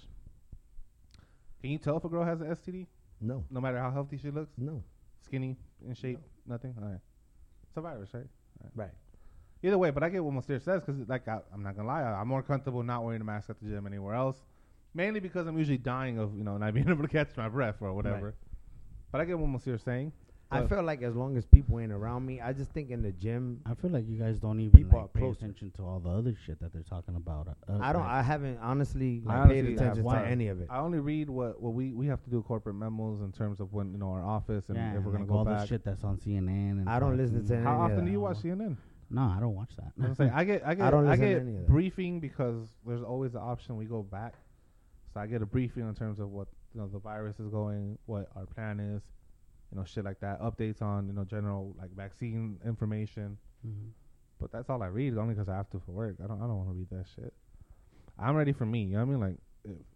[SPEAKER 2] Can you tell if a girl has an STD,
[SPEAKER 1] No.
[SPEAKER 2] no matter how healthy she looks,
[SPEAKER 1] No.
[SPEAKER 2] skinny in shape, nothing? All right, it's a virus, right?
[SPEAKER 1] Right.
[SPEAKER 2] Either way, but I get what Monsieur says because, like, I, I'm not gonna lie, I, am more comfortable not wearing a mask at the gym anywhere else, mainly because I'm usually dying of you know not being able to catch my breath or whatever. But I get what Monsieur's saying.
[SPEAKER 1] I
[SPEAKER 2] But-
[SPEAKER 1] feel like as long as people ain't around me, I just think in the gym.
[SPEAKER 3] I feel like you guys don't even
[SPEAKER 1] People
[SPEAKER 3] like,
[SPEAKER 1] are
[SPEAKER 3] pay
[SPEAKER 1] closer.
[SPEAKER 3] attention to all the other shit that they're talking about. Uh,
[SPEAKER 1] I don't.
[SPEAKER 3] like-
[SPEAKER 1] I haven't honestly
[SPEAKER 2] I
[SPEAKER 1] like,
[SPEAKER 2] honestly
[SPEAKER 1] paid attention
[SPEAKER 2] have
[SPEAKER 1] to
[SPEAKER 2] time.
[SPEAKER 1] any of it.
[SPEAKER 2] I only read what, what we, we have to do corporate memos in terms of when you know our office and
[SPEAKER 3] yeah,
[SPEAKER 2] if we're gonna
[SPEAKER 3] like
[SPEAKER 2] go
[SPEAKER 3] all
[SPEAKER 2] back.
[SPEAKER 3] the shit that's on CNN. And
[SPEAKER 1] I don't listen
[SPEAKER 3] fucking-
[SPEAKER 1] to any
[SPEAKER 2] How
[SPEAKER 1] of
[SPEAKER 2] often
[SPEAKER 1] that.
[SPEAKER 2] do you watch CNN?
[SPEAKER 3] No, I don't watch that.
[SPEAKER 2] I'm saying I get I get I,
[SPEAKER 1] don't listen to any of
[SPEAKER 2] get
[SPEAKER 1] that.
[SPEAKER 2] briefing because there's always the option we go back. So I get a briefing in terms of what you know the virus is going, what our plan is, you know shit like that, updates on you know general like vaccine information.
[SPEAKER 3] Mhm.
[SPEAKER 2] But that's all I read only because I have to for work. I don't I don't want to read that shit. I'm ready for me. You know what I mean?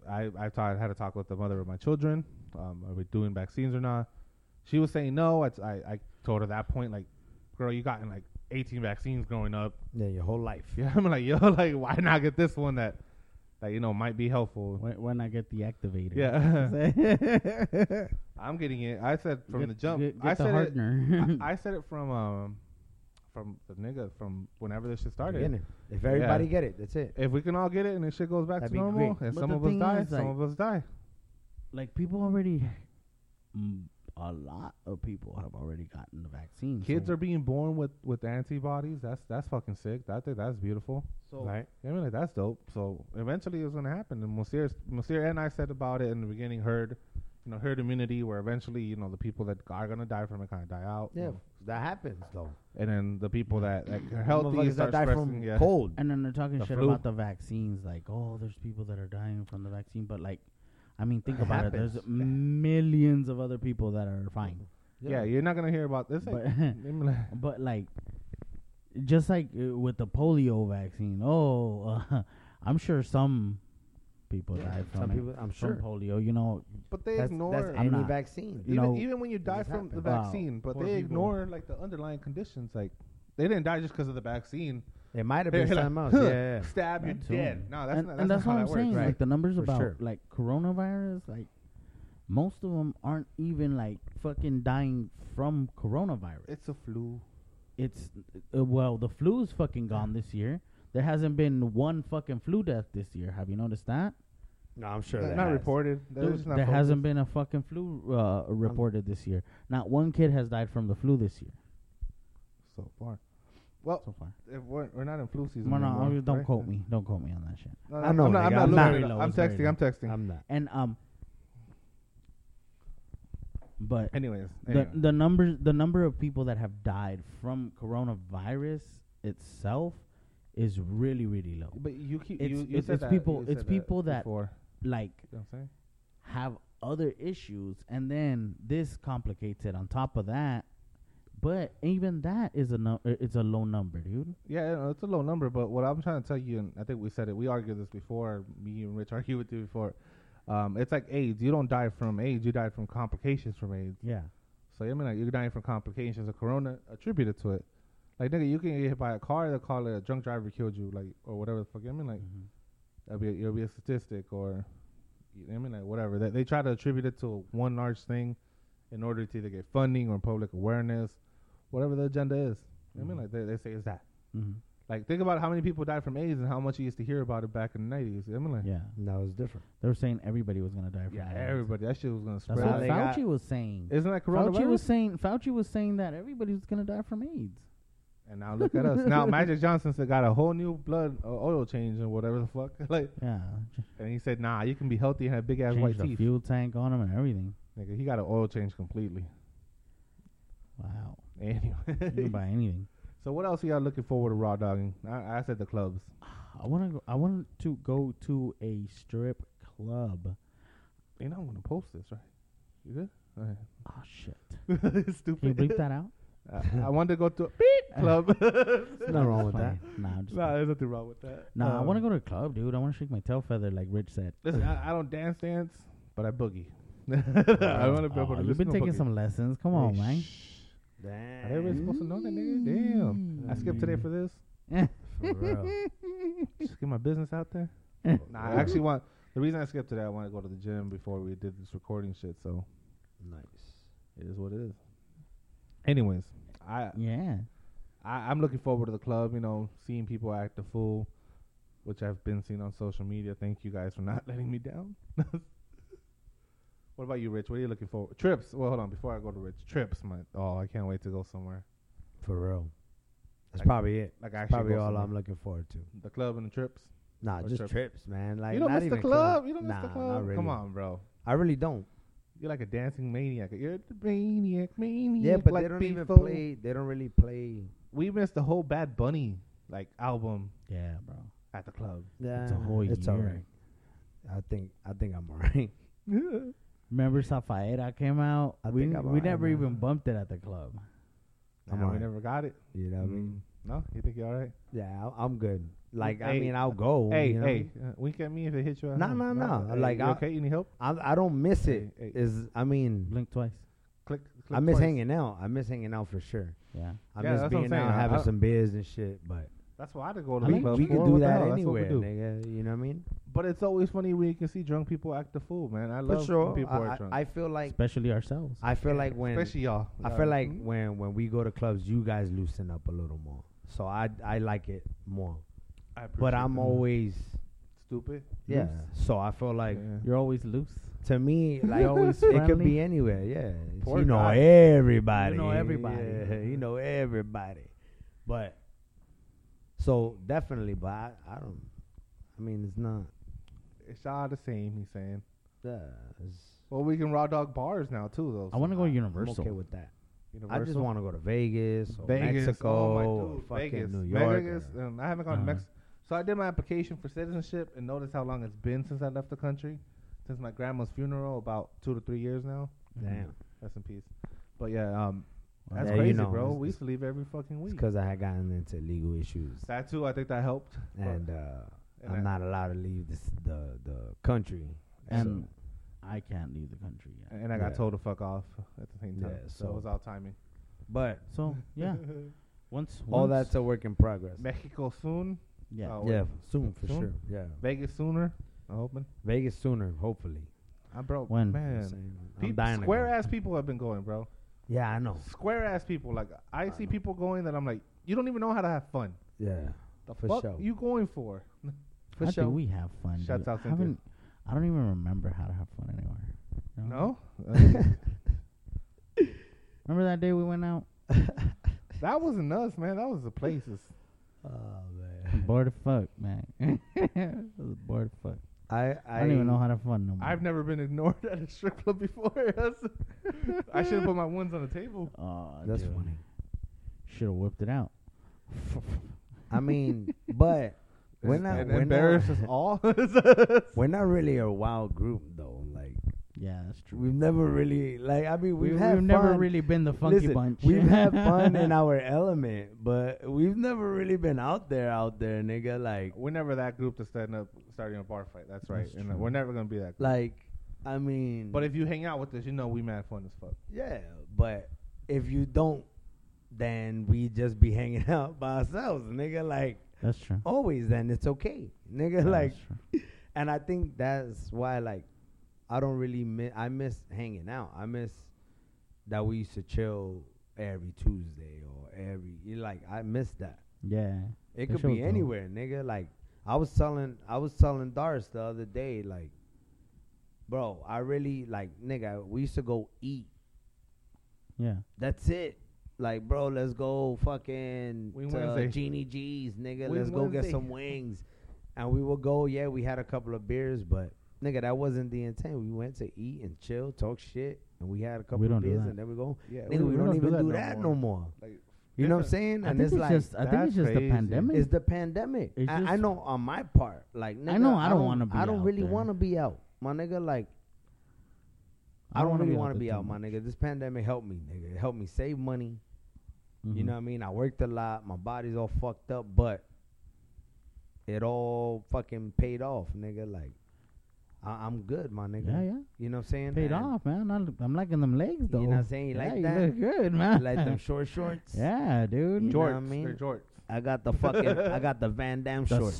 [SPEAKER 2] Like if I I taught, had a talk with the mother of my children. Um, are we doing vaccines or not? She was saying no. I, I I told her at that point like, girl, you gotten like 18 vaccines growing up.
[SPEAKER 1] Yeah, your whole life.
[SPEAKER 2] Yeah, I'm like, yo, like, why not get this one that, that you know might be helpful?
[SPEAKER 3] Why, why not get the activator?
[SPEAKER 2] Yeah, I'm getting it. I said from
[SPEAKER 3] Get-
[SPEAKER 2] the jump.
[SPEAKER 3] get-
[SPEAKER 2] I
[SPEAKER 3] get the
[SPEAKER 2] said it.
[SPEAKER 3] hardener.
[SPEAKER 2] I, I said it from um, from the nigga from whenever this shit started.
[SPEAKER 1] Beginning. If everybody get it, that's it.
[SPEAKER 2] If we can all get it and this shit goes back
[SPEAKER 1] That'd be
[SPEAKER 2] to normal,
[SPEAKER 1] great.
[SPEAKER 2] and
[SPEAKER 3] But
[SPEAKER 2] some
[SPEAKER 3] the
[SPEAKER 2] of us
[SPEAKER 3] thing
[SPEAKER 2] die,
[SPEAKER 3] is,
[SPEAKER 2] some
[SPEAKER 3] like-
[SPEAKER 2] of us die.
[SPEAKER 3] like people already mm, a lot of people have already gotten the vaccine
[SPEAKER 2] Kids
[SPEAKER 3] so
[SPEAKER 2] are being born with with antibodies. That's that's fucking sick. I think that's beautiful.
[SPEAKER 3] so
[SPEAKER 1] right.
[SPEAKER 2] I mean, like, that's dope. So eventually it's gonna happen. And Monsieur, Monsieur and I said about it in the beginning. Heard, you know, herd immunity, where eventually, you know, the people that are gonna die from it kind of die out. you
[SPEAKER 1] Yeah,
[SPEAKER 2] know.
[SPEAKER 1] that happens though.
[SPEAKER 2] And then the people that, that are healthy
[SPEAKER 1] Motherfuckers
[SPEAKER 2] start
[SPEAKER 1] that die
[SPEAKER 2] expressing,
[SPEAKER 1] from
[SPEAKER 2] yeah.
[SPEAKER 1] cold.
[SPEAKER 3] And then they're talking
[SPEAKER 2] The
[SPEAKER 3] shit
[SPEAKER 2] flu.
[SPEAKER 3] about the vaccines, like, oh, there's people that are dying from the vaccine, but like, I mean, think
[SPEAKER 2] It
[SPEAKER 3] about it. There's
[SPEAKER 2] happens.
[SPEAKER 3] millions of other people that are fine,
[SPEAKER 2] yeah. you're not gonna hear about this.
[SPEAKER 3] but but like, just like uh, with the polio vaccine, oh, uh, I'm sure some people
[SPEAKER 1] Yeah,
[SPEAKER 3] died from
[SPEAKER 1] Some
[SPEAKER 3] it,
[SPEAKER 1] people, I'm sure.
[SPEAKER 3] from polio. You know,
[SPEAKER 2] but they
[SPEAKER 1] That's,
[SPEAKER 2] ignore.
[SPEAKER 1] that's
[SPEAKER 3] I'm
[SPEAKER 1] any
[SPEAKER 3] not.
[SPEAKER 1] vaccine.
[SPEAKER 3] you
[SPEAKER 2] even,
[SPEAKER 3] know,
[SPEAKER 2] even when you die
[SPEAKER 1] this
[SPEAKER 2] from the
[SPEAKER 1] happened.
[SPEAKER 3] Wow.
[SPEAKER 2] vaccine, but
[SPEAKER 3] Poor
[SPEAKER 2] they
[SPEAKER 3] people.
[SPEAKER 2] ignore like the underlying conditions. Like they didn't die just because of the vaccine.
[SPEAKER 1] It might have
[SPEAKER 2] They're
[SPEAKER 1] been
[SPEAKER 2] like,
[SPEAKER 1] something else.
[SPEAKER 2] "Huh,
[SPEAKER 1] Yeah, yeah.
[SPEAKER 2] stab, you're
[SPEAKER 3] That's
[SPEAKER 2] dead.
[SPEAKER 3] all.
[SPEAKER 2] No, that's
[SPEAKER 3] and,
[SPEAKER 2] not,
[SPEAKER 3] and
[SPEAKER 2] that's not
[SPEAKER 3] that's what
[SPEAKER 2] how
[SPEAKER 3] I'm
[SPEAKER 2] that
[SPEAKER 3] saying.
[SPEAKER 2] works.
[SPEAKER 3] Like the numbers
[SPEAKER 1] For
[SPEAKER 3] about
[SPEAKER 1] sure.
[SPEAKER 3] like coronavirus, like most of them aren't even like fucking dying from coronavirus.
[SPEAKER 2] It's a flu.
[SPEAKER 3] It's uh, well, the flu's fucking gone this year. There hasn't been one fucking flu death this year. Have you noticed that?
[SPEAKER 1] No, I'm sure.
[SPEAKER 2] Not,
[SPEAKER 1] that
[SPEAKER 2] not
[SPEAKER 1] has.
[SPEAKER 2] reported. They're
[SPEAKER 3] There,
[SPEAKER 2] just not
[SPEAKER 3] there hasn't
[SPEAKER 2] focused.
[SPEAKER 3] been a fucking flu uh, reported this year. Not one kid has died from the flu this year
[SPEAKER 2] so far. Well,
[SPEAKER 3] so far.
[SPEAKER 2] if we're, we're not in flu season.
[SPEAKER 3] No, no,
[SPEAKER 2] anymore,
[SPEAKER 3] I- don't
[SPEAKER 2] right?
[SPEAKER 3] quote me. Don't quote me on that shit.
[SPEAKER 2] No,
[SPEAKER 1] I know,
[SPEAKER 2] I'm not,
[SPEAKER 1] nigga,
[SPEAKER 2] I'm not
[SPEAKER 1] I'm
[SPEAKER 2] looking
[SPEAKER 1] not-
[SPEAKER 2] it up.
[SPEAKER 3] Very low,
[SPEAKER 2] I'm
[SPEAKER 3] it's very
[SPEAKER 2] texting. I'm texting.
[SPEAKER 1] I'm not.
[SPEAKER 3] And um, but
[SPEAKER 2] Anyways,
[SPEAKER 3] the
[SPEAKER 2] anyway.
[SPEAKER 3] the numbers the number of people that have died from coronavirus itself is really really low.
[SPEAKER 2] but you keep
[SPEAKER 3] it's-
[SPEAKER 2] you, you
[SPEAKER 3] it's-
[SPEAKER 2] said
[SPEAKER 3] it's
[SPEAKER 2] that,
[SPEAKER 3] people-
[SPEAKER 2] you
[SPEAKER 3] it's
[SPEAKER 2] said
[SPEAKER 3] people
[SPEAKER 2] that
[SPEAKER 3] that-
[SPEAKER 2] before.
[SPEAKER 3] Like
[SPEAKER 2] You know what I'm saying?
[SPEAKER 3] have other issues and then this complicates it on top of that. But even that is a nu- it's a low number, dude.
[SPEAKER 2] Yeah, no, it's a low number, but what I'm trying to tell you, and I think we said it, we argued this before. Me and Rich argued with you before. Um, it's like AIDS. You don't die from AIDS. You died from complications from AIDS.
[SPEAKER 3] Yeah.
[SPEAKER 2] So I mean, like, you're dying from complications of corona attributed to it. Like nigga, you can get hit by a car. They call it a drunk driver killed you, like or whatever the fuck. I mean, like
[SPEAKER 3] Mm-hmm.
[SPEAKER 2] that'd be a, it'll be a statistic or you know what I mean, like whatever. That they try to attribute it to one large thing in order to either get funding or public awareness, whatever the agenda is. You know what
[SPEAKER 3] Mm-hmm.
[SPEAKER 2] I mean, like they, they say it's that.
[SPEAKER 3] hmm
[SPEAKER 2] Like think about how many people died from AIDS and how much you used to hear about it back in the nineties. I mean, like
[SPEAKER 3] Yeah.
[SPEAKER 1] No, it's different.
[SPEAKER 3] They were saying everybody was gonna die from
[SPEAKER 2] yeah,
[SPEAKER 3] that.
[SPEAKER 2] everybody that shit was gonna
[SPEAKER 3] That's
[SPEAKER 2] spread.
[SPEAKER 1] Well,
[SPEAKER 3] what
[SPEAKER 1] they
[SPEAKER 3] Fauci
[SPEAKER 1] got-
[SPEAKER 3] was saying.
[SPEAKER 2] Isn't that
[SPEAKER 3] Fauci
[SPEAKER 2] coronavirus?
[SPEAKER 3] was saying Fauci was saying that everybody was gonna die from AIDS.
[SPEAKER 2] And now look at us. Now Magic Johnson said got a whole new blood uh, oil change and whatever the fuck. like,
[SPEAKER 3] Yeah,
[SPEAKER 2] and he said, nah, you can be healthy and have big ass
[SPEAKER 3] change
[SPEAKER 2] white
[SPEAKER 3] the
[SPEAKER 2] teeth.
[SPEAKER 3] fuel tank on him and everything.
[SPEAKER 2] Nigga, he got an oil change completely.
[SPEAKER 3] Wow, you can
[SPEAKER 2] Anyway,
[SPEAKER 3] buy anything.
[SPEAKER 2] so what else y'all looking forward to raw dogging? I, I said the clubs.
[SPEAKER 3] I want to. I want to go to a strip club.
[SPEAKER 2] You're not gonna post this, right? You good? All
[SPEAKER 3] Oh shit!
[SPEAKER 2] right.
[SPEAKER 3] Can you
[SPEAKER 2] Stupid.
[SPEAKER 3] bleep that out?
[SPEAKER 2] I, I wanted to go to a beep club.
[SPEAKER 1] There's nothing wrong with
[SPEAKER 3] Funny.
[SPEAKER 1] that.
[SPEAKER 3] Nah, I'm just
[SPEAKER 2] nah,
[SPEAKER 3] nah,
[SPEAKER 2] there's nothing wrong with that. Um,
[SPEAKER 3] I want to go to a club, dude. I want to shake my tail feather, like Rich said.
[SPEAKER 2] Listen, I, I don't dance dance, but I boogie. I want to be able
[SPEAKER 3] Aw,
[SPEAKER 2] to.
[SPEAKER 3] Oh, you've
[SPEAKER 2] listen
[SPEAKER 3] been
[SPEAKER 2] to
[SPEAKER 3] taking
[SPEAKER 2] boogie.
[SPEAKER 3] some lessons. Come on,
[SPEAKER 2] Hey,
[SPEAKER 3] man.
[SPEAKER 2] shh. Are they really
[SPEAKER 1] Damn.
[SPEAKER 2] supposed to know that nigga? Damn. I
[SPEAKER 3] Mm.
[SPEAKER 2] skipped today for this.
[SPEAKER 1] For real.
[SPEAKER 2] Just get my business out there. Nah, I actually want the reason I skipped today, I want to go to the gym before we did this recording shit, so
[SPEAKER 1] Nice.
[SPEAKER 2] it is what it is. Anyways, I,
[SPEAKER 3] Yeah.
[SPEAKER 2] I I'm looking forward to the club, you know, seeing people act a fool, which I've been seeing on social media. Thank you guys for not letting me down. what about you, Rich? What are you looking for? Trips. Well hold on, before I go to Rich. Trips, my oh, I can't wait to go somewhere.
[SPEAKER 1] For real. That's
[SPEAKER 2] Like-
[SPEAKER 1] probably it.
[SPEAKER 2] Like
[SPEAKER 1] That's
[SPEAKER 2] actually
[SPEAKER 1] probably
[SPEAKER 2] go
[SPEAKER 1] all
[SPEAKER 2] somewhere.
[SPEAKER 1] I'm looking forward to.
[SPEAKER 2] the club and the trips.
[SPEAKER 1] Nah,
[SPEAKER 2] Or
[SPEAKER 1] just
[SPEAKER 2] trips.
[SPEAKER 1] trips, man. Like
[SPEAKER 2] you don't
[SPEAKER 1] not
[SPEAKER 2] miss the
[SPEAKER 1] even
[SPEAKER 2] club. You don't
[SPEAKER 1] nah,
[SPEAKER 2] miss the
[SPEAKER 1] Not
[SPEAKER 2] club.
[SPEAKER 1] really.
[SPEAKER 2] Come on, bro.
[SPEAKER 1] I really don't.
[SPEAKER 2] You're like a dancing maniac. You're the maniac, maniac.
[SPEAKER 1] Yeah, but
[SPEAKER 2] like
[SPEAKER 1] they don't even
[SPEAKER 2] before.
[SPEAKER 1] play. They don't really play.
[SPEAKER 2] We missed the whole Bad Bunny like album
[SPEAKER 3] Yeah, bro.
[SPEAKER 2] at the club.
[SPEAKER 3] It's a whole year.
[SPEAKER 1] Uh, It's alright. I think. I think I'm alright.
[SPEAKER 3] Remember Safaera came out?
[SPEAKER 1] I
[SPEAKER 3] we
[SPEAKER 1] think I'm
[SPEAKER 3] we
[SPEAKER 1] alright
[SPEAKER 3] never
[SPEAKER 1] now.
[SPEAKER 3] even bumped it at the club.
[SPEAKER 1] I'm
[SPEAKER 2] Nah, we
[SPEAKER 1] alright.
[SPEAKER 2] never got it.
[SPEAKER 1] You know what I mean?
[SPEAKER 2] Mm. No, you think you're all right?
[SPEAKER 1] Yeah, I- I'm good. Like I
[SPEAKER 2] Hey,
[SPEAKER 1] mean, I'll go.
[SPEAKER 2] hey,
[SPEAKER 1] you know what I
[SPEAKER 2] hey,
[SPEAKER 1] mean?
[SPEAKER 2] uh, wink at me if it hits you. at
[SPEAKER 1] Oh, Nah,
[SPEAKER 2] home.
[SPEAKER 1] nah, nah.
[SPEAKER 2] hey,
[SPEAKER 1] Like,
[SPEAKER 2] you
[SPEAKER 1] I-
[SPEAKER 2] okay, you need help?
[SPEAKER 1] I, I don't miss it.
[SPEAKER 2] Hey, hey.
[SPEAKER 1] Is I mean,
[SPEAKER 3] Blink twice.
[SPEAKER 2] Click. click
[SPEAKER 1] I miss
[SPEAKER 2] twice.
[SPEAKER 1] hanging out. I miss hanging out for sure.
[SPEAKER 3] Yeah.
[SPEAKER 1] I
[SPEAKER 2] Yeah, that's
[SPEAKER 1] miss
[SPEAKER 2] what I'm
[SPEAKER 1] being out,
[SPEAKER 2] saying. I-
[SPEAKER 1] having
[SPEAKER 2] I-
[SPEAKER 1] some beers and shit. But
[SPEAKER 2] That's why I did go to
[SPEAKER 3] I
[SPEAKER 2] the
[SPEAKER 3] like-
[SPEAKER 2] club.
[SPEAKER 1] we
[SPEAKER 2] for.
[SPEAKER 1] could
[SPEAKER 2] What
[SPEAKER 1] do
[SPEAKER 2] the
[SPEAKER 1] that
[SPEAKER 2] hell? That's what we
[SPEAKER 1] anywhere,
[SPEAKER 2] do.
[SPEAKER 1] nigga. You know what I mean?
[SPEAKER 2] But it's always funny when you can see drunk people act a fool, man. I love when people
[SPEAKER 1] I,
[SPEAKER 2] are
[SPEAKER 1] I-
[SPEAKER 2] drunk.
[SPEAKER 1] I feel like
[SPEAKER 3] Especially ourselves.
[SPEAKER 1] I feel like when
[SPEAKER 2] Especially y'all.
[SPEAKER 1] I
[SPEAKER 2] Uh,
[SPEAKER 1] feel like
[SPEAKER 2] mhm.
[SPEAKER 1] when when we go to clubs, you guys loosen up a little more. So I I like it more.
[SPEAKER 2] I
[SPEAKER 1] But
[SPEAKER 2] appreciate
[SPEAKER 1] I'm
[SPEAKER 2] that.
[SPEAKER 1] always
[SPEAKER 2] stupid.
[SPEAKER 1] yeah.
[SPEAKER 3] Loose.
[SPEAKER 1] So I feel like
[SPEAKER 2] Yeah.
[SPEAKER 3] You're always loose.
[SPEAKER 1] to me like
[SPEAKER 3] You're always
[SPEAKER 1] it could
[SPEAKER 3] friendly.
[SPEAKER 1] be anywhere. Yeah,
[SPEAKER 2] Poor
[SPEAKER 1] you know
[SPEAKER 2] guy.
[SPEAKER 1] everybody.
[SPEAKER 3] You know everybody.
[SPEAKER 1] Yeah, you know everybody. But so definitely, but I, I don't. I mean, it's not.
[SPEAKER 2] It's all the same, he's saying.
[SPEAKER 1] Uh, it's,
[SPEAKER 2] Well, we can raw dog bars now too, though.
[SPEAKER 3] I want to go
[SPEAKER 2] somehow.
[SPEAKER 1] I'm
[SPEAKER 3] Universal.
[SPEAKER 1] okay with that. I
[SPEAKER 2] Universal.
[SPEAKER 1] just want to go to Vegas, or
[SPEAKER 2] Vegas,
[SPEAKER 1] Mexico,
[SPEAKER 2] oh my
[SPEAKER 1] or
[SPEAKER 2] dude,
[SPEAKER 1] fucking
[SPEAKER 2] Vegas,
[SPEAKER 1] New York.
[SPEAKER 2] Vegas,
[SPEAKER 1] or-
[SPEAKER 2] um, I haven't gone
[SPEAKER 3] Uh-huh.
[SPEAKER 2] to Mexico. So I did my application for citizenship, and notice how long it's been since I left the country, since my grandma's funeral, about two to three years now.
[SPEAKER 1] Damn,
[SPEAKER 2] Rest in peace. But yeah, um,
[SPEAKER 1] Well,
[SPEAKER 2] that's
[SPEAKER 1] there you
[SPEAKER 2] crazy,
[SPEAKER 1] know,
[SPEAKER 2] bro.
[SPEAKER 1] it's-
[SPEAKER 2] We used to leave every fucking
[SPEAKER 1] it's
[SPEAKER 2] week.
[SPEAKER 1] because I had gotten into legal issues,
[SPEAKER 2] That too, I think that helped. but-
[SPEAKER 1] and uh,
[SPEAKER 2] and
[SPEAKER 1] I'm
[SPEAKER 2] I-
[SPEAKER 1] not allowed to leave this, the the country.
[SPEAKER 3] And I can't leave the country yet.
[SPEAKER 2] and I got
[SPEAKER 1] yeah.
[SPEAKER 2] told to fuck off at the same time.
[SPEAKER 1] Yeah,
[SPEAKER 2] so,
[SPEAKER 1] so-
[SPEAKER 2] it was all timing.
[SPEAKER 1] But
[SPEAKER 3] So yeah, once, once
[SPEAKER 1] all that's a work in progress.
[SPEAKER 2] Mexico soon,
[SPEAKER 3] yeah.
[SPEAKER 2] oh,
[SPEAKER 1] Yeah, soon for
[SPEAKER 2] Soon?
[SPEAKER 1] sure. Yeah,
[SPEAKER 2] Vegas sooner. I'm hoping.
[SPEAKER 1] Vegas sooner, hopefully.
[SPEAKER 2] I broke.
[SPEAKER 3] When?
[SPEAKER 2] man,
[SPEAKER 1] Same. I'm
[SPEAKER 2] peop-
[SPEAKER 1] dying to
[SPEAKER 2] square
[SPEAKER 1] go.
[SPEAKER 2] ass people have been going, bro.
[SPEAKER 1] Yeah, I know.
[SPEAKER 2] Square ass people. Like I, see people going that I'm like, you don't even know how to have fun.
[SPEAKER 1] Yeah,
[SPEAKER 2] The
[SPEAKER 1] For
[SPEAKER 2] fuck
[SPEAKER 1] sure.
[SPEAKER 2] you going for?
[SPEAKER 1] for
[SPEAKER 3] I
[SPEAKER 1] sure.
[SPEAKER 3] think we have fun.
[SPEAKER 2] Shouts
[SPEAKER 3] dude.
[SPEAKER 2] out
[SPEAKER 3] I
[SPEAKER 2] Cynthia.
[SPEAKER 3] haven't. I don't even remember how to have fun anymore. You know?
[SPEAKER 2] No,
[SPEAKER 3] Remember that day we went out?
[SPEAKER 2] that wasn't us, man. That was the places.
[SPEAKER 1] Oh
[SPEAKER 3] I'm
[SPEAKER 1] man,
[SPEAKER 3] bored as fuck, man. I was bored as fuck.
[SPEAKER 1] I
[SPEAKER 3] I, don't even know how to have fun no more.
[SPEAKER 2] I've never been ignored at a strip club before. That's- I should have put my ones on the table.
[SPEAKER 3] Aw,
[SPEAKER 1] That's
[SPEAKER 3] dude.
[SPEAKER 1] funny.
[SPEAKER 3] Should have whipped it out.
[SPEAKER 1] I mean, but we're not
[SPEAKER 2] and
[SPEAKER 1] we're
[SPEAKER 2] embarrass
[SPEAKER 1] not,
[SPEAKER 2] us all.
[SPEAKER 1] we're not really a wild group though. Like
[SPEAKER 3] yeah, that's true.
[SPEAKER 1] we've never really like I mean we've,
[SPEAKER 3] We-
[SPEAKER 1] had
[SPEAKER 3] never
[SPEAKER 1] fun.
[SPEAKER 3] really been the funky
[SPEAKER 1] Listen,
[SPEAKER 3] bunch.
[SPEAKER 1] We've had fun in our element, but we've never really been out there, out there, nigga. Like,
[SPEAKER 2] we're never that group to stand up starting a bar fight. That's right.
[SPEAKER 3] That's
[SPEAKER 2] and uh,
[SPEAKER 3] true.
[SPEAKER 2] we're never gonna be that. Group.
[SPEAKER 1] like, I mean,
[SPEAKER 2] But if you hang out with us, you know we mad fun as fuck.
[SPEAKER 1] yeah, but if you don't, then we just be hanging out by ourselves, nigga. Like
[SPEAKER 3] That's true.
[SPEAKER 1] always, then it's okay, nigga.
[SPEAKER 3] Yeah,
[SPEAKER 1] like,
[SPEAKER 3] that's true.
[SPEAKER 1] and I think that's why like I don't really miss I miss hanging out. I miss that we used to chill every Tuesday or every you like I miss that.
[SPEAKER 3] yeah.
[SPEAKER 1] It
[SPEAKER 3] That
[SPEAKER 1] could
[SPEAKER 3] shit was
[SPEAKER 1] be
[SPEAKER 3] dope.
[SPEAKER 1] anywhere, nigga. Like I was telling I was telling Doris the other day, like, bro, I really like nigga, we used to go eat.
[SPEAKER 3] Yeah.
[SPEAKER 1] That's it. Like, bro, let's go fucking
[SPEAKER 2] Wing
[SPEAKER 1] to
[SPEAKER 2] Wednesday.
[SPEAKER 1] Genie G's, nigga.
[SPEAKER 2] Wing
[SPEAKER 1] let's go get
[SPEAKER 2] Wednesday.
[SPEAKER 1] some wings. And we would go, yeah, we had a couple of beers, but nigga, that wasn't the intent. We went to eat and chill, talk shit, and we had a couple
[SPEAKER 3] don't
[SPEAKER 1] of
[SPEAKER 3] do
[SPEAKER 1] beers
[SPEAKER 3] that.
[SPEAKER 1] and then we go.
[SPEAKER 2] Yeah,
[SPEAKER 1] nigga, we, don't, even do that, no more.
[SPEAKER 2] Like,
[SPEAKER 1] You know what I'm
[SPEAKER 2] different-
[SPEAKER 1] saying?
[SPEAKER 3] I
[SPEAKER 1] And
[SPEAKER 3] think
[SPEAKER 1] it's
[SPEAKER 3] it's
[SPEAKER 1] like
[SPEAKER 3] just. I think
[SPEAKER 2] that's
[SPEAKER 3] it's just
[SPEAKER 2] crazy.
[SPEAKER 3] the pandemic.
[SPEAKER 1] it's the pandemic.
[SPEAKER 3] It's
[SPEAKER 1] I, I
[SPEAKER 3] just-
[SPEAKER 1] know on my part, like nigga,
[SPEAKER 3] I know I don't wanna be
[SPEAKER 1] I don't
[SPEAKER 3] out
[SPEAKER 1] really
[SPEAKER 3] there.
[SPEAKER 1] want to be out, my nigga. Like I,
[SPEAKER 3] I don't
[SPEAKER 1] don't
[SPEAKER 3] wanna
[SPEAKER 1] really
[SPEAKER 3] be out
[SPEAKER 1] want to
[SPEAKER 3] there
[SPEAKER 1] be
[SPEAKER 3] too
[SPEAKER 1] out, my nigga. This pandemic helped me, nigga. It helped me save money. You
[SPEAKER 3] Mhm.
[SPEAKER 1] know what I mean? I worked a lot. My body's all fucked up, but it all fucking paid off, nigga. Like I, I'm good, my nigga.
[SPEAKER 3] Yeah, yeah.
[SPEAKER 1] You know what I'm saying?
[SPEAKER 3] Paid
[SPEAKER 1] And
[SPEAKER 3] off, man. I look- I'm liking them legs though.
[SPEAKER 1] know what I'm saying? You
[SPEAKER 3] yeah,
[SPEAKER 1] like
[SPEAKER 3] you
[SPEAKER 1] that?
[SPEAKER 3] look good, man.
[SPEAKER 1] Like them short shorts.
[SPEAKER 3] Yeah, dude.
[SPEAKER 1] You know what I
[SPEAKER 2] jorts.
[SPEAKER 1] mean?
[SPEAKER 2] They're jorts.
[SPEAKER 1] I got the fucking I got the Van Damme
[SPEAKER 3] The
[SPEAKER 1] shorts. nigga.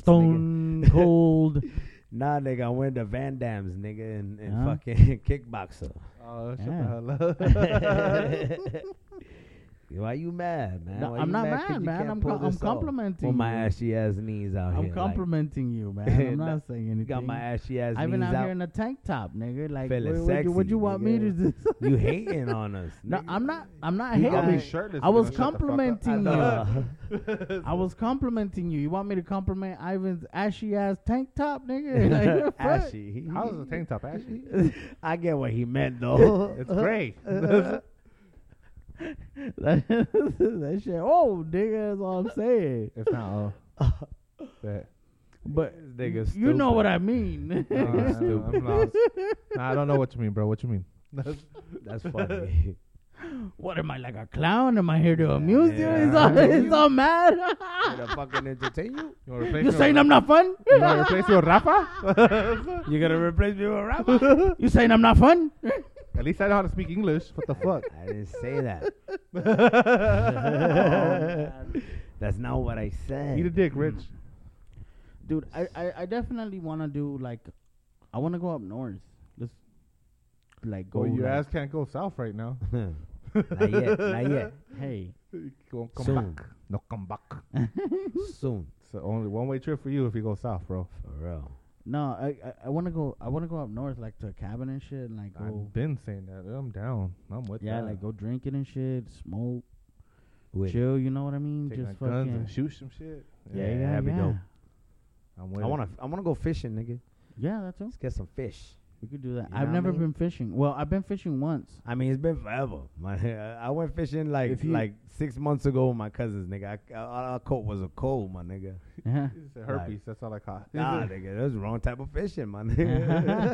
[SPEAKER 3] stone cold.
[SPEAKER 1] Nah, nigga, I went to Van Damme's, nigga, and, and
[SPEAKER 3] Huh?
[SPEAKER 1] fucking kickboxer.
[SPEAKER 2] Oh, shut
[SPEAKER 3] Yeah.
[SPEAKER 2] the hell up.
[SPEAKER 1] Why you mad, man?
[SPEAKER 3] No,
[SPEAKER 1] Why
[SPEAKER 3] I'm
[SPEAKER 1] you
[SPEAKER 3] not
[SPEAKER 1] 'cause
[SPEAKER 3] mad,
[SPEAKER 1] you
[SPEAKER 3] man.
[SPEAKER 1] can't
[SPEAKER 3] I'm
[SPEAKER 1] pull
[SPEAKER 3] com- I'm
[SPEAKER 1] this off?
[SPEAKER 3] complimenting
[SPEAKER 1] Well, my
[SPEAKER 3] you.
[SPEAKER 1] ashy ass knees out
[SPEAKER 3] I'm
[SPEAKER 1] here.
[SPEAKER 3] complimenting you, man. I'm
[SPEAKER 1] Nah,
[SPEAKER 3] not saying anything.
[SPEAKER 1] Like, you got my ashy ass
[SPEAKER 3] I've been
[SPEAKER 1] knees
[SPEAKER 3] out,
[SPEAKER 1] out.
[SPEAKER 3] here in a tank top, nigga. Like, what,
[SPEAKER 1] Feeling
[SPEAKER 3] what you, what
[SPEAKER 1] sexy,
[SPEAKER 3] you want me to
[SPEAKER 1] nigga.
[SPEAKER 3] do?
[SPEAKER 1] you hating on us?
[SPEAKER 3] no,
[SPEAKER 1] nigga.
[SPEAKER 3] I'm not. I'm not
[SPEAKER 1] You
[SPEAKER 3] hating.
[SPEAKER 1] got
[SPEAKER 2] I'll
[SPEAKER 1] me
[SPEAKER 2] be shirtless.
[SPEAKER 3] I was
[SPEAKER 2] nigga, shut the fuck up.
[SPEAKER 3] complimenting
[SPEAKER 1] I
[SPEAKER 3] you.
[SPEAKER 1] know.
[SPEAKER 3] I was complimenting you. You want me to compliment Ivan's ashy ass tank top, nigga? Like, what the fuck?
[SPEAKER 1] ashy.
[SPEAKER 2] How's the tank top actually?
[SPEAKER 1] I get what he meant though.
[SPEAKER 2] It's gray.
[SPEAKER 3] that, that shit. Oh, nigga, that's all I'm saying.
[SPEAKER 2] it's not. Oh. Bet.
[SPEAKER 3] But
[SPEAKER 1] Nigga,
[SPEAKER 3] you know what
[SPEAKER 1] stupid. Uh-huh.
[SPEAKER 3] I mean.
[SPEAKER 2] No, I, know, I'm lost. Nah, I don't know what you mean, bro. What you mean?
[SPEAKER 1] That's funny.
[SPEAKER 3] what am I like a clown? Am I here to amuse you? It's
[SPEAKER 1] Yeah.
[SPEAKER 3] all, it's all mad.
[SPEAKER 1] Did I fucking entertain you?
[SPEAKER 2] You want to replace
[SPEAKER 3] You're
[SPEAKER 2] me
[SPEAKER 3] saying
[SPEAKER 2] with-
[SPEAKER 3] I'm not fun?
[SPEAKER 2] You want to replace me with Rafa?
[SPEAKER 1] You gonna replace me with a rapper?
[SPEAKER 3] You saying I'm not fun?
[SPEAKER 2] At least I know how to speak English. What the fuck?
[SPEAKER 1] I didn't say that. Oh, That's not what I said.
[SPEAKER 2] Eat a dick, Rich.
[SPEAKER 3] Dude, I, I, I definitely want to do like, I want to go up north. Let's like
[SPEAKER 1] Oh,
[SPEAKER 3] go.
[SPEAKER 2] Well, your
[SPEAKER 3] like,
[SPEAKER 2] ass can't go south right now.
[SPEAKER 1] not yet. Not yet.
[SPEAKER 3] Hey,
[SPEAKER 2] You won't come
[SPEAKER 1] Soon.
[SPEAKER 2] back. No, come back.
[SPEAKER 1] Soon.
[SPEAKER 2] It's the only one way trip for you if you go south, bro.
[SPEAKER 1] For real.
[SPEAKER 3] no, I I, I want to go. I want to go up north, like to a cabin and shit, and like go.
[SPEAKER 2] I've been saying that. I'm down. I'm with
[SPEAKER 3] Yeah,
[SPEAKER 2] that.
[SPEAKER 3] like go drinking and shit, smoke,
[SPEAKER 1] With
[SPEAKER 3] chill. You know what I mean?
[SPEAKER 2] Take my
[SPEAKER 3] Just
[SPEAKER 2] guns
[SPEAKER 3] fucking.
[SPEAKER 2] and shoot some shit.
[SPEAKER 1] Yeah, that'd be dope.
[SPEAKER 2] I'm with
[SPEAKER 1] I
[SPEAKER 2] it.
[SPEAKER 1] wanna. I wanna go fishing, nigga.
[SPEAKER 3] Yeah, that's all.
[SPEAKER 1] Let's get some fish.
[SPEAKER 3] We could do that.
[SPEAKER 1] You know
[SPEAKER 3] I've
[SPEAKER 1] what I
[SPEAKER 3] never
[SPEAKER 1] mean?
[SPEAKER 3] been fishing. Well, I've been fishing once.
[SPEAKER 1] I mean, it's been forever. My, I went fishing like
[SPEAKER 3] If you-
[SPEAKER 1] like six months ago with my cousins, nigga. I, I, all I caught was a cold, my nigga.
[SPEAKER 3] Yeah.
[SPEAKER 2] He said herpes. That's all I caught.
[SPEAKER 1] Nah, nigga, that was the wrong type of fishing, my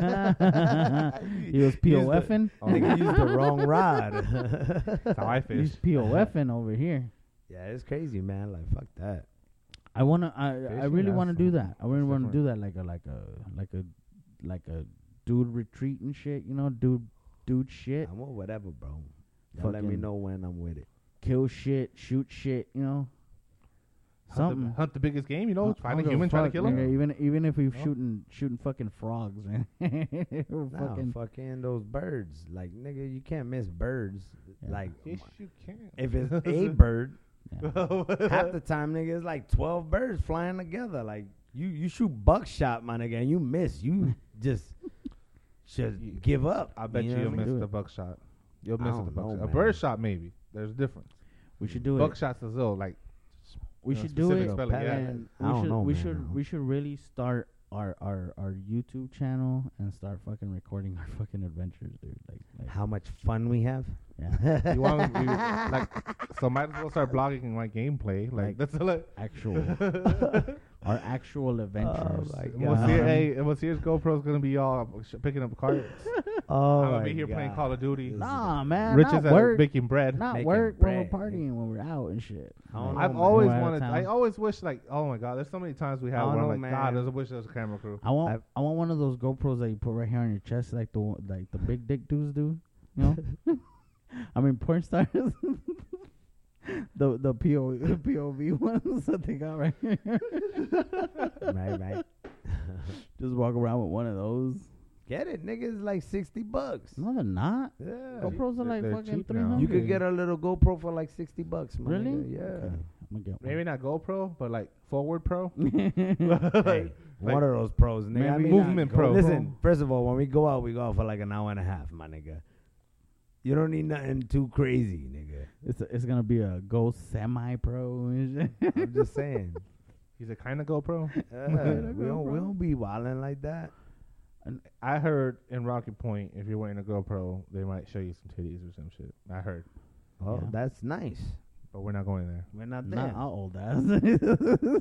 [SPEAKER 1] nigga.
[SPEAKER 3] he was
[SPEAKER 1] Used the-
[SPEAKER 3] POFing.
[SPEAKER 2] Oh,
[SPEAKER 1] Nigga used the wrong rod.
[SPEAKER 2] that's how I fish.
[SPEAKER 3] He's POFing over here.
[SPEAKER 1] yeah, it's crazy, man. Like, fuck that.
[SPEAKER 3] I wanna. I, I
[SPEAKER 2] Fishing,
[SPEAKER 3] really
[SPEAKER 2] that's
[SPEAKER 3] wanna do
[SPEAKER 2] something.
[SPEAKER 3] that. I really
[SPEAKER 2] It's
[SPEAKER 3] wanna do
[SPEAKER 2] different.
[SPEAKER 3] that. Like a like a like a like a dude retreat and shit. You know, dude dude shit,
[SPEAKER 1] I'm on whatever, bro. Y'all let me
[SPEAKER 3] Fucking-
[SPEAKER 1] know when I'm with it.
[SPEAKER 3] kill shit, shoot shit. You know,
[SPEAKER 2] Hunt the,
[SPEAKER 3] something.
[SPEAKER 2] hunt the biggest game, you
[SPEAKER 3] I-
[SPEAKER 2] know,
[SPEAKER 3] I
[SPEAKER 2] find
[SPEAKER 3] don't
[SPEAKER 2] a
[SPEAKER 3] give
[SPEAKER 2] human, try to
[SPEAKER 3] fuck,
[SPEAKER 2] kill him.
[SPEAKER 3] nigga. Even even if we
[SPEAKER 2] No.
[SPEAKER 3] shooting shooting fucking frogs, man. We're
[SPEAKER 1] Nah,
[SPEAKER 3] fucking-
[SPEAKER 1] fucking, those birds. Like, nigga, you can't miss birds.
[SPEAKER 3] Yeah.
[SPEAKER 1] Like,
[SPEAKER 2] Yes, you can.
[SPEAKER 1] if it's a bird,
[SPEAKER 3] yeah.
[SPEAKER 1] half the time, nigga, it's like 12 birds flying together. Like, you, you shoot buckshot, my nigga, and you miss. You just should give up.
[SPEAKER 2] I bet you,
[SPEAKER 1] know
[SPEAKER 2] will
[SPEAKER 1] what I
[SPEAKER 2] miss
[SPEAKER 1] mean?
[SPEAKER 2] the buckshot. You'll
[SPEAKER 1] I
[SPEAKER 2] miss
[SPEAKER 1] don't
[SPEAKER 2] the
[SPEAKER 1] know,
[SPEAKER 2] buckshot. A
[SPEAKER 1] man.
[SPEAKER 2] bird shot, maybe. There's a difference.
[SPEAKER 3] we should do it.
[SPEAKER 2] Buckshot's a though, like
[SPEAKER 3] we
[SPEAKER 2] you know,
[SPEAKER 3] should do
[SPEAKER 2] specific
[SPEAKER 3] it.
[SPEAKER 2] spelling, yeah.
[SPEAKER 3] And
[SPEAKER 1] I
[SPEAKER 3] we
[SPEAKER 1] don't
[SPEAKER 3] should
[SPEAKER 1] know,
[SPEAKER 3] we
[SPEAKER 1] man.
[SPEAKER 3] should we should really start our, our our YouTube channel and start fucking recording our fucking adventures, dude. Like, like
[SPEAKER 1] How much fun we have.
[SPEAKER 3] yeah,
[SPEAKER 2] you want me, like so might as well start blogging my gameplay. Like,
[SPEAKER 3] Like-
[SPEAKER 2] that's like
[SPEAKER 3] actual our actual adventures.
[SPEAKER 1] Oh my God.
[SPEAKER 2] once
[SPEAKER 1] Yeah.
[SPEAKER 2] here, hey, and once here's GoPro's gonna be y'all sh- picking up carts.
[SPEAKER 1] Oh,
[SPEAKER 2] I'm gonna
[SPEAKER 1] my
[SPEAKER 2] be here playing
[SPEAKER 1] God.
[SPEAKER 2] Call of Duty.
[SPEAKER 1] This is
[SPEAKER 3] Nah, man,
[SPEAKER 2] Rich
[SPEAKER 3] not
[SPEAKER 2] is at
[SPEAKER 3] work,
[SPEAKER 2] baking bread.
[SPEAKER 3] not
[SPEAKER 1] making
[SPEAKER 3] work when
[SPEAKER 1] bread.
[SPEAKER 3] we're partying, when we're out and shit.
[SPEAKER 1] I don't
[SPEAKER 3] Like,
[SPEAKER 1] know,
[SPEAKER 2] I've
[SPEAKER 1] man.
[SPEAKER 2] always
[SPEAKER 3] we're out of
[SPEAKER 2] wanted. I
[SPEAKER 3] town.
[SPEAKER 2] always wish like, oh my god, there's so many times we
[SPEAKER 1] I
[SPEAKER 2] had
[SPEAKER 1] don't
[SPEAKER 2] where I'm
[SPEAKER 1] know,
[SPEAKER 2] like,
[SPEAKER 1] man.
[SPEAKER 2] God, there's a wish there's a camera crew.
[SPEAKER 3] I want
[SPEAKER 1] I've-
[SPEAKER 3] i want one of those GoPros that you put right here on your chest, like the one- like the big dick dudes do. You know, I mean porn stars. the the PO, POV ones that they got right here.
[SPEAKER 1] right, right.
[SPEAKER 3] Just walk around with one of those.
[SPEAKER 1] Get it, nigga. It's like sixty bucks.
[SPEAKER 3] No, they're not.
[SPEAKER 1] Yeah.
[SPEAKER 3] GoPros are
[SPEAKER 2] they're-
[SPEAKER 3] like
[SPEAKER 2] they're
[SPEAKER 3] fucking
[SPEAKER 2] cheap
[SPEAKER 3] three
[SPEAKER 2] now.
[SPEAKER 3] hundred.
[SPEAKER 1] You could get a little GoPro for like sixty bucks, my
[SPEAKER 3] really.
[SPEAKER 1] nigga.
[SPEAKER 3] Okay, I'm gonna get one.
[SPEAKER 2] Maybe not Gopro, but like Forward Pro.
[SPEAKER 1] Yeah. Hey, one of those pros, nigga. I
[SPEAKER 2] Maybe
[SPEAKER 1] mean,
[SPEAKER 2] movement
[SPEAKER 1] I-
[SPEAKER 2] pro.
[SPEAKER 1] Listen, first of all, when we go out, we go out for like an hour and a half, my nigga. You don't need nothing too crazy, nigga.
[SPEAKER 3] It's a, it's gonna be a Go Semi Pro. and shit.
[SPEAKER 1] I'm just saying.
[SPEAKER 2] He's a kind of GoPro.
[SPEAKER 1] Yeah, we don't we don't be wilding like that.
[SPEAKER 2] I heard in Rocky Point, if you're wearing a GoPro, they might show you some titties or some shit. I heard,
[SPEAKER 1] Oh,
[SPEAKER 3] Yeah.
[SPEAKER 1] that's nice.
[SPEAKER 2] but we're not going there.
[SPEAKER 1] We're not there.
[SPEAKER 3] Not our old ass.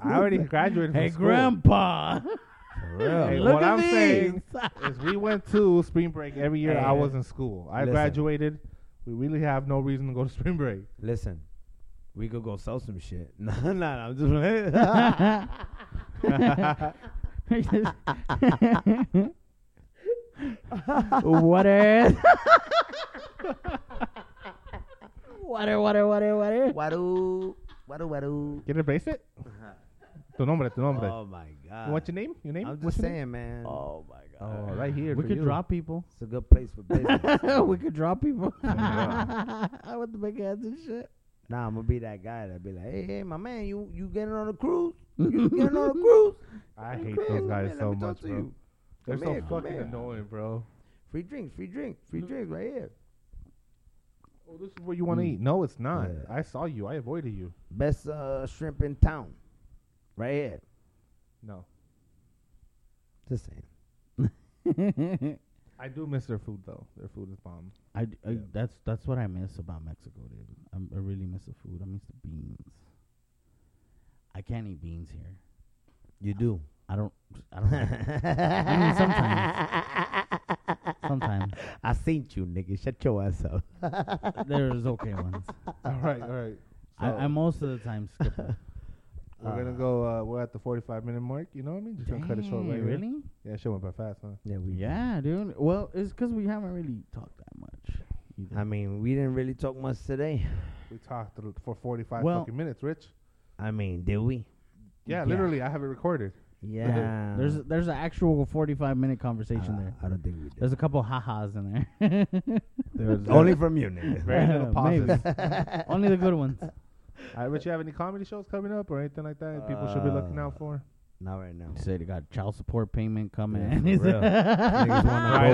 [SPEAKER 2] I already graduated.
[SPEAKER 3] hey,
[SPEAKER 2] from school.
[SPEAKER 3] Grandpa.
[SPEAKER 1] For real.
[SPEAKER 2] Hey,
[SPEAKER 3] Look
[SPEAKER 2] what
[SPEAKER 3] at
[SPEAKER 2] I'm
[SPEAKER 3] these.
[SPEAKER 2] saying is, we went to spring break every year. I
[SPEAKER 1] Hey,
[SPEAKER 2] was in school. I
[SPEAKER 1] listen.
[SPEAKER 2] graduated. We really have no reason to go to spring break.
[SPEAKER 1] Listen, we could go sell some shit. No, no, no, I'm just. Oh
[SPEAKER 3] water. water, water, water, water.
[SPEAKER 1] Wadu, wadu, wadu.
[SPEAKER 2] Get a bracelet. tu nombre, tu nombre.
[SPEAKER 1] Oh my god.
[SPEAKER 2] You want your name? Your name?
[SPEAKER 1] I'm
[SPEAKER 2] What's
[SPEAKER 1] just
[SPEAKER 2] your name?
[SPEAKER 1] saying, man.
[SPEAKER 3] Oh my god.
[SPEAKER 2] Oh, right here.
[SPEAKER 3] we
[SPEAKER 2] for
[SPEAKER 3] could
[SPEAKER 2] you.
[SPEAKER 3] drop people.
[SPEAKER 1] It's a good place for business.
[SPEAKER 3] we could drop people.
[SPEAKER 2] Oh, Yeah.
[SPEAKER 3] With the big heads and shit.
[SPEAKER 1] nah, I'm gonna be that guy that be like, hey, hey, my man, you you getting on a cruise? You getting on a cruise?
[SPEAKER 2] I
[SPEAKER 1] Come
[SPEAKER 2] hate
[SPEAKER 1] here,
[SPEAKER 2] those
[SPEAKER 1] come
[SPEAKER 2] guys
[SPEAKER 1] here, let
[SPEAKER 2] so
[SPEAKER 1] me talk
[SPEAKER 2] much,
[SPEAKER 1] to
[SPEAKER 2] bro.
[SPEAKER 1] you.
[SPEAKER 2] They're
[SPEAKER 1] Come
[SPEAKER 2] so
[SPEAKER 1] here, come
[SPEAKER 2] fucking
[SPEAKER 1] here.
[SPEAKER 2] annoying, bro.
[SPEAKER 1] Free drinks, free drinks, free drinks right here.
[SPEAKER 2] Oh, this is what you want to eat? No, it's not.
[SPEAKER 1] Yeah.
[SPEAKER 2] I saw you. I avoided you.
[SPEAKER 1] Best uh, shrimp in town, right here.
[SPEAKER 2] No,
[SPEAKER 1] Just saying.
[SPEAKER 2] I do miss their food though. Their food is bomb.
[SPEAKER 3] I, d- I- that's that's what I miss about Mexico, dude. I'm, I really miss the food. I miss the beans. I can't eat beans here.
[SPEAKER 1] You do.
[SPEAKER 3] I don't. I don't. like it. I mean, sometimes. Sometimes
[SPEAKER 1] I seen you, nigga. Shut your ass up.
[SPEAKER 3] there's okay ones.
[SPEAKER 2] all right, all right.
[SPEAKER 3] I,
[SPEAKER 2] So-
[SPEAKER 3] I most of the time skip. them.
[SPEAKER 2] We're gonna go. Uh, we're at the forty-five minute mark. You know what I mean? Just gonna cut it short
[SPEAKER 3] Dang,
[SPEAKER 2] right here.
[SPEAKER 3] really?
[SPEAKER 2] Yeah, shit went by fast, huh?
[SPEAKER 1] Yeah, we.
[SPEAKER 3] Yeah, dude. Well, it's because we haven't really talked that much.
[SPEAKER 1] I
[SPEAKER 2] Um,
[SPEAKER 1] mean, we didn't really talk much today.
[SPEAKER 2] We talked through- for forty-five
[SPEAKER 3] Well-
[SPEAKER 2] fucking minutes, Rich.
[SPEAKER 1] I mean, did we?
[SPEAKER 2] Yeah,
[SPEAKER 3] Yeah.
[SPEAKER 2] literally, I have it recorded.
[SPEAKER 1] Yeah.
[SPEAKER 3] There's there's an actual 45 minute
[SPEAKER 1] Uh,
[SPEAKER 3] conversation
[SPEAKER 2] Ah,
[SPEAKER 3] there.
[SPEAKER 1] I don't think we did.
[SPEAKER 3] There's a couple ha-has in there.
[SPEAKER 1] Only from you, nigga.
[SPEAKER 2] very little
[SPEAKER 3] Maybe.
[SPEAKER 2] pauses.
[SPEAKER 3] Only the good ones.
[SPEAKER 2] all right, Uh, Rich, you have any comedy shows coming up or anything like that? that people should be
[SPEAKER 1] Uh,
[SPEAKER 2] looking out for.
[SPEAKER 1] Not right now.
[SPEAKER 3] Said he got child support payment
[SPEAKER 1] Yeah,
[SPEAKER 3] coming.
[SPEAKER 1] for real.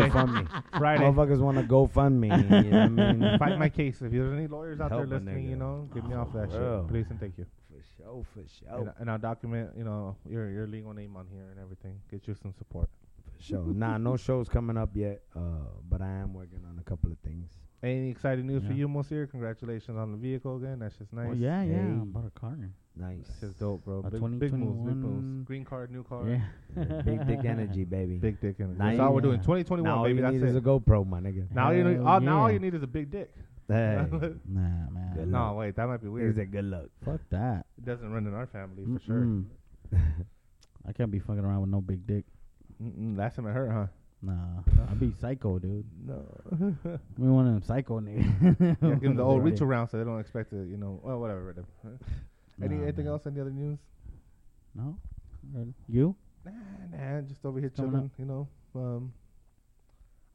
[SPEAKER 1] Niggas wanna
[SPEAKER 2] Friday.
[SPEAKER 1] go fund me.
[SPEAKER 2] Friday,
[SPEAKER 1] Motherfuckers wanna go fund me. You know what I mean?
[SPEAKER 2] fight my case. If there's any lawyers out there
[SPEAKER 1] Help my
[SPEAKER 2] listening, you
[SPEAKER 1] nigga.
[SPEAKER 2] know, get me off that
[SPEAKER 1] Bro.
[SPEAKER 2] shit, please and thank you.
[SPEAKER 1] For sure, for
[SPEAKER 2] And,
[SPEAKER 1] sure,
[SPEAKER 2] and I'll document, you know, your your legal name on here and everything. Get you some support.
[SPEAKER 1] for show. nah, no shows coming up yet, uh, but I am working on a couple of things.
[SPEAKER 2] Any exciting news for
[SPEAKER 3] Yeah.
[SPEAKER 2] you, Monsieur? Congratulations on the vehicle again. That's just nice.
[SPEAKER 3] Oh, yeah, yeah.
[SPEAKER 1] Hey.
[SPEAKER 3] I bought a car.
[SPEAKER 1] Nice.
[SPEAKER 2] That's just dope, bro.
[SPEAKER 3] A
[SPEAKER 2] Big, big moves, big
[SPEAKER 3] 2021
[SPEAKER 2] moves. Green card, new card.
[SPEAKER 3] Yeah.
[SPEAKER 1] Big dick energy, baby.
[SPEAKER 2] Big dick energy.
[SPEAKER 1] Now
[SPEAKER 2] That's
[SPEAKER 1] you-
[SPEAKER 2] all we're doing.
[SPEAKER 3] yeah.
[SPEAKER 2] 2021,
[SPEAKER 1] now all
[SPEAKER 2] baby.
[SPEAKER 1] you
[SPEAKER 2] That's
[SPEAKER 1] need is a
[SPEAKER 2] it.
[SPEAKER 1] GoPro, my nigga.
[SPEAKER 2] Now you, need,
[SPEAKER 3] Hell
[SPEAKER 2] all, now all
[SPEAKER 3] yeah.
[SPEAKER 2] you need is a big dick.
[SPEAKER 1] Hey,
[SPEAKER 3] Nah, man.
[SPEAKER 1] Good
[SPEAKER 2] No,
[SPEAKER 1] luck.
[SPEAKER 2] wait, that might be
[SPEAKER 1] here's
[SPEAKER 2] weird.
[SPEAKER 1] a good look.
[SPEAKER 3] Fuck that.
[SPEAKER 2] It doesn't run in our family for sure.
[SPEAKER 3] Mm-mm. I can't be fucking around with no big dick.
[SPEAKER 2] Mm-mm, last time it hurt, huh?
[SPEAKER 3] Nah, I'd be psycho, dude.
[SPEAKER 2] No.
[SPEAKER 3] We one of them psycho niggas.
[SPEAKER 2] yeah, give them the old
[SPEAKER 3] Big
[SPEAKER 2] reach
[SPEAKER 3] dick.
[SPEAKER 2] around so they don't expect to, you know, well, whatever. whatever. Any,
[SPEAKER 3] Nah,
[SPEAKER 2] anything
[SPEAKER 3] man.
[SPEAKER 2] else? Any other news?
[SPEAKER 3] No. Good. You?
[SPEAKER 2] Nah, nah, just over here
[SPEAKER 3] Coming
[SPEAKER 2] chilling, you know. Um,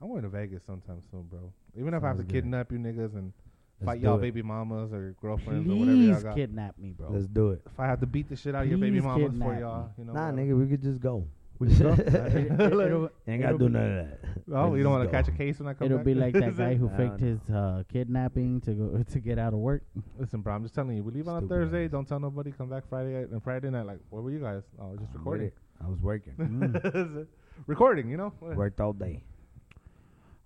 [SPEAKER 2] I'm going to Vegas sometime soon, bro. Even if I have to
[SPEAKER 1] Sounds good.
[SPEAKER 2] kidnap you niggas and
[SPEAKER 1] Let's
[SPEAKER 2] fight
[SPEAKER 1] do
[SPEAKER 2] y'all
[SPEAKER 1] it.
[SPEAKER 2] baby mamas or girlfriends or whatever y'all
[SPEAKER 3] Please
[SPEAKER 2] got.
[SPEAKER 3] kidnap me, bro.
[SPEAKER 1] Let's do it.
[SPEAKER 2] if I have to beat the shit out of your baby
[SPEAKER 3] Please
[SPEAKER 2] mamas for
[SPEAKER 3] kidnap
[SPEAKER 2] y'all,
[SPEAKER 3] me.
[SPEAKER 2] you know.
[SPEAKER 1] Nah,
[SPEAKER 2] whatever.
[SPEAKER 1] nigga, we could just go.
[SPEAKER 2] We just go?
[SPEAKER 3] It- it- it'll-
[SPEAKER 1] Ain't gotta
[SPEAKER 3] it'll
[SPEAKER 1] do
[SPEAKER 3] be-
[SPEAKER 1] none of that.
[SPEAKER 2] Oh,
[SPEAKER 1] Let's
[SPEAKER 2] you don't want
[SPEAKER 1] just
[SPEAKER 2] to catch a
[SPEAKER 1] go.
[SPEAKER 2] case when I come
[SPEAKER 3] It'll
[SPEAKER 2] back?
[SPEAKER 3] be like that guy who
[SPEAKER 1] I
[SPEAKER 3] faked
[SPEAKER 1] don't
[SPEAKER 3] his uh, kidnapping to go to get out of work.
[SPEAKER 2] Listen, bro, I'm just telling you. We leave on a
[SPEAKER 1] Stupid
[SPEAKER 2] Thursday.
[SPEAKER 1] ass.
[SPEAKER 2] Don't tell nobody. Come back Friday and Friday night. Like, where were you guys? Oh,
[SPEAKER 1] I'm
[SPEAKER 2] just
[SPEAKER 1] with
[SPEAKER 2] recording.
[SPEAKER 1] it. I was working.
[SPEAKER 2] Mm. recording, you know?
[SPEAKER 1] Worked all day.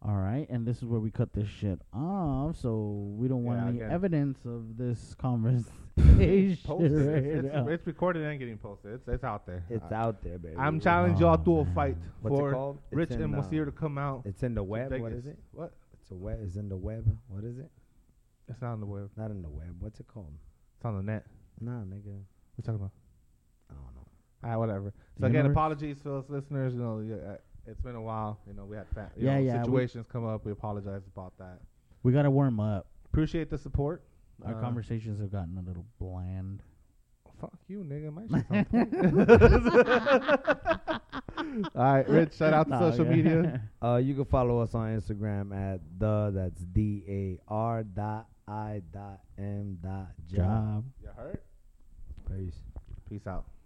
[SPEAKER 3] All right, and this is where we cut this shit off, so we don't want
[SPEAKER 2] Yeah,
[SPEAKER 3] any
[SPEAKER 2] again.
[SPEAKER 3] evidence of this conversation.
[SPEAKER 2] Posted.
[SPEAKER 3] right
[SPEAKER 2] It's, it's,
[SPEAKER 3] now.
[SPEAKER 2] it's recorded and getting posted. It's, it's out there.
[SPEAKER 1] It's
[SPEAKER 2] I,
[SPEAKER 1] out there, baby.
[SPEAKER 2] I'm challenging y'all to a fight
[SPEAKER 1] What's it
[SPEAKER 2] for
[SPEAKER 1] called? It's
[SPEAKER 2] Rich
[SPEAKER 1] in,
[SPEAKER 2] and
[SPEAKER 1] uh,
[SPEAKER 2] Monsieur to come out.
[SPEAKER 1] It's in the
[SPEAKER 2] to
[SPEAKER 1] web. What
[SPEAKER 2] Vegas.
[SPEAKER 1] is it?
[SPEAKER 2] What?
[SPEAKER 1] It's a web. It's in the web. What is it?
[SPEAKER 2] It's not on the web.
[SPEAKER 1] Not in the web. What's it called?
[SPEAKER 2] It's on the net.
[SPEAKER 1] Nah, nigga.
[SPEAKER 2] We're talking about.
[SPEAKER 1] I don't know.
[SPEAKER 2] All right, whatever.
[SPEAKER 3] The
[SPEAKER 2] So again,
[SPEAKER 3] universe?
[SPEAKER 2] apologies for those listeners. You know, yeah, uh, it's been a while. You know, we had fa- you
[SPEAKER 3] Yeah,
[SPEAKER 2] know,
[SPEAKER 3] yeah, we-
[SPEAKER 2] situations come up. We apologize about that.
[SPEAKER 3] we gotta warm up.
[SPEAKER 2] Appreciate the support.
[SPEAKER 3] Our
[SPEAKER 2] Uh,
[SPEAKER 3] conversations have gotten a little bland.
[SPEAKER 2] Fuck you, nigga. My shit's on point. All right, Rich. Shout out to
[SPEAKER 3] Nah,
[SPEAKER 2] social
[SPEAKER 3] yeah.
[SPEAKER 2] media.
[SPEAKER 1] Uh, you can follow us on Instagram at the that's d a r dot i dot m dot job.
[SPEAKER 3] Job.
[SPEAKER 2] You heard?
[SPEAKER 1] Peace.
[SPEAKER 2] Peace out.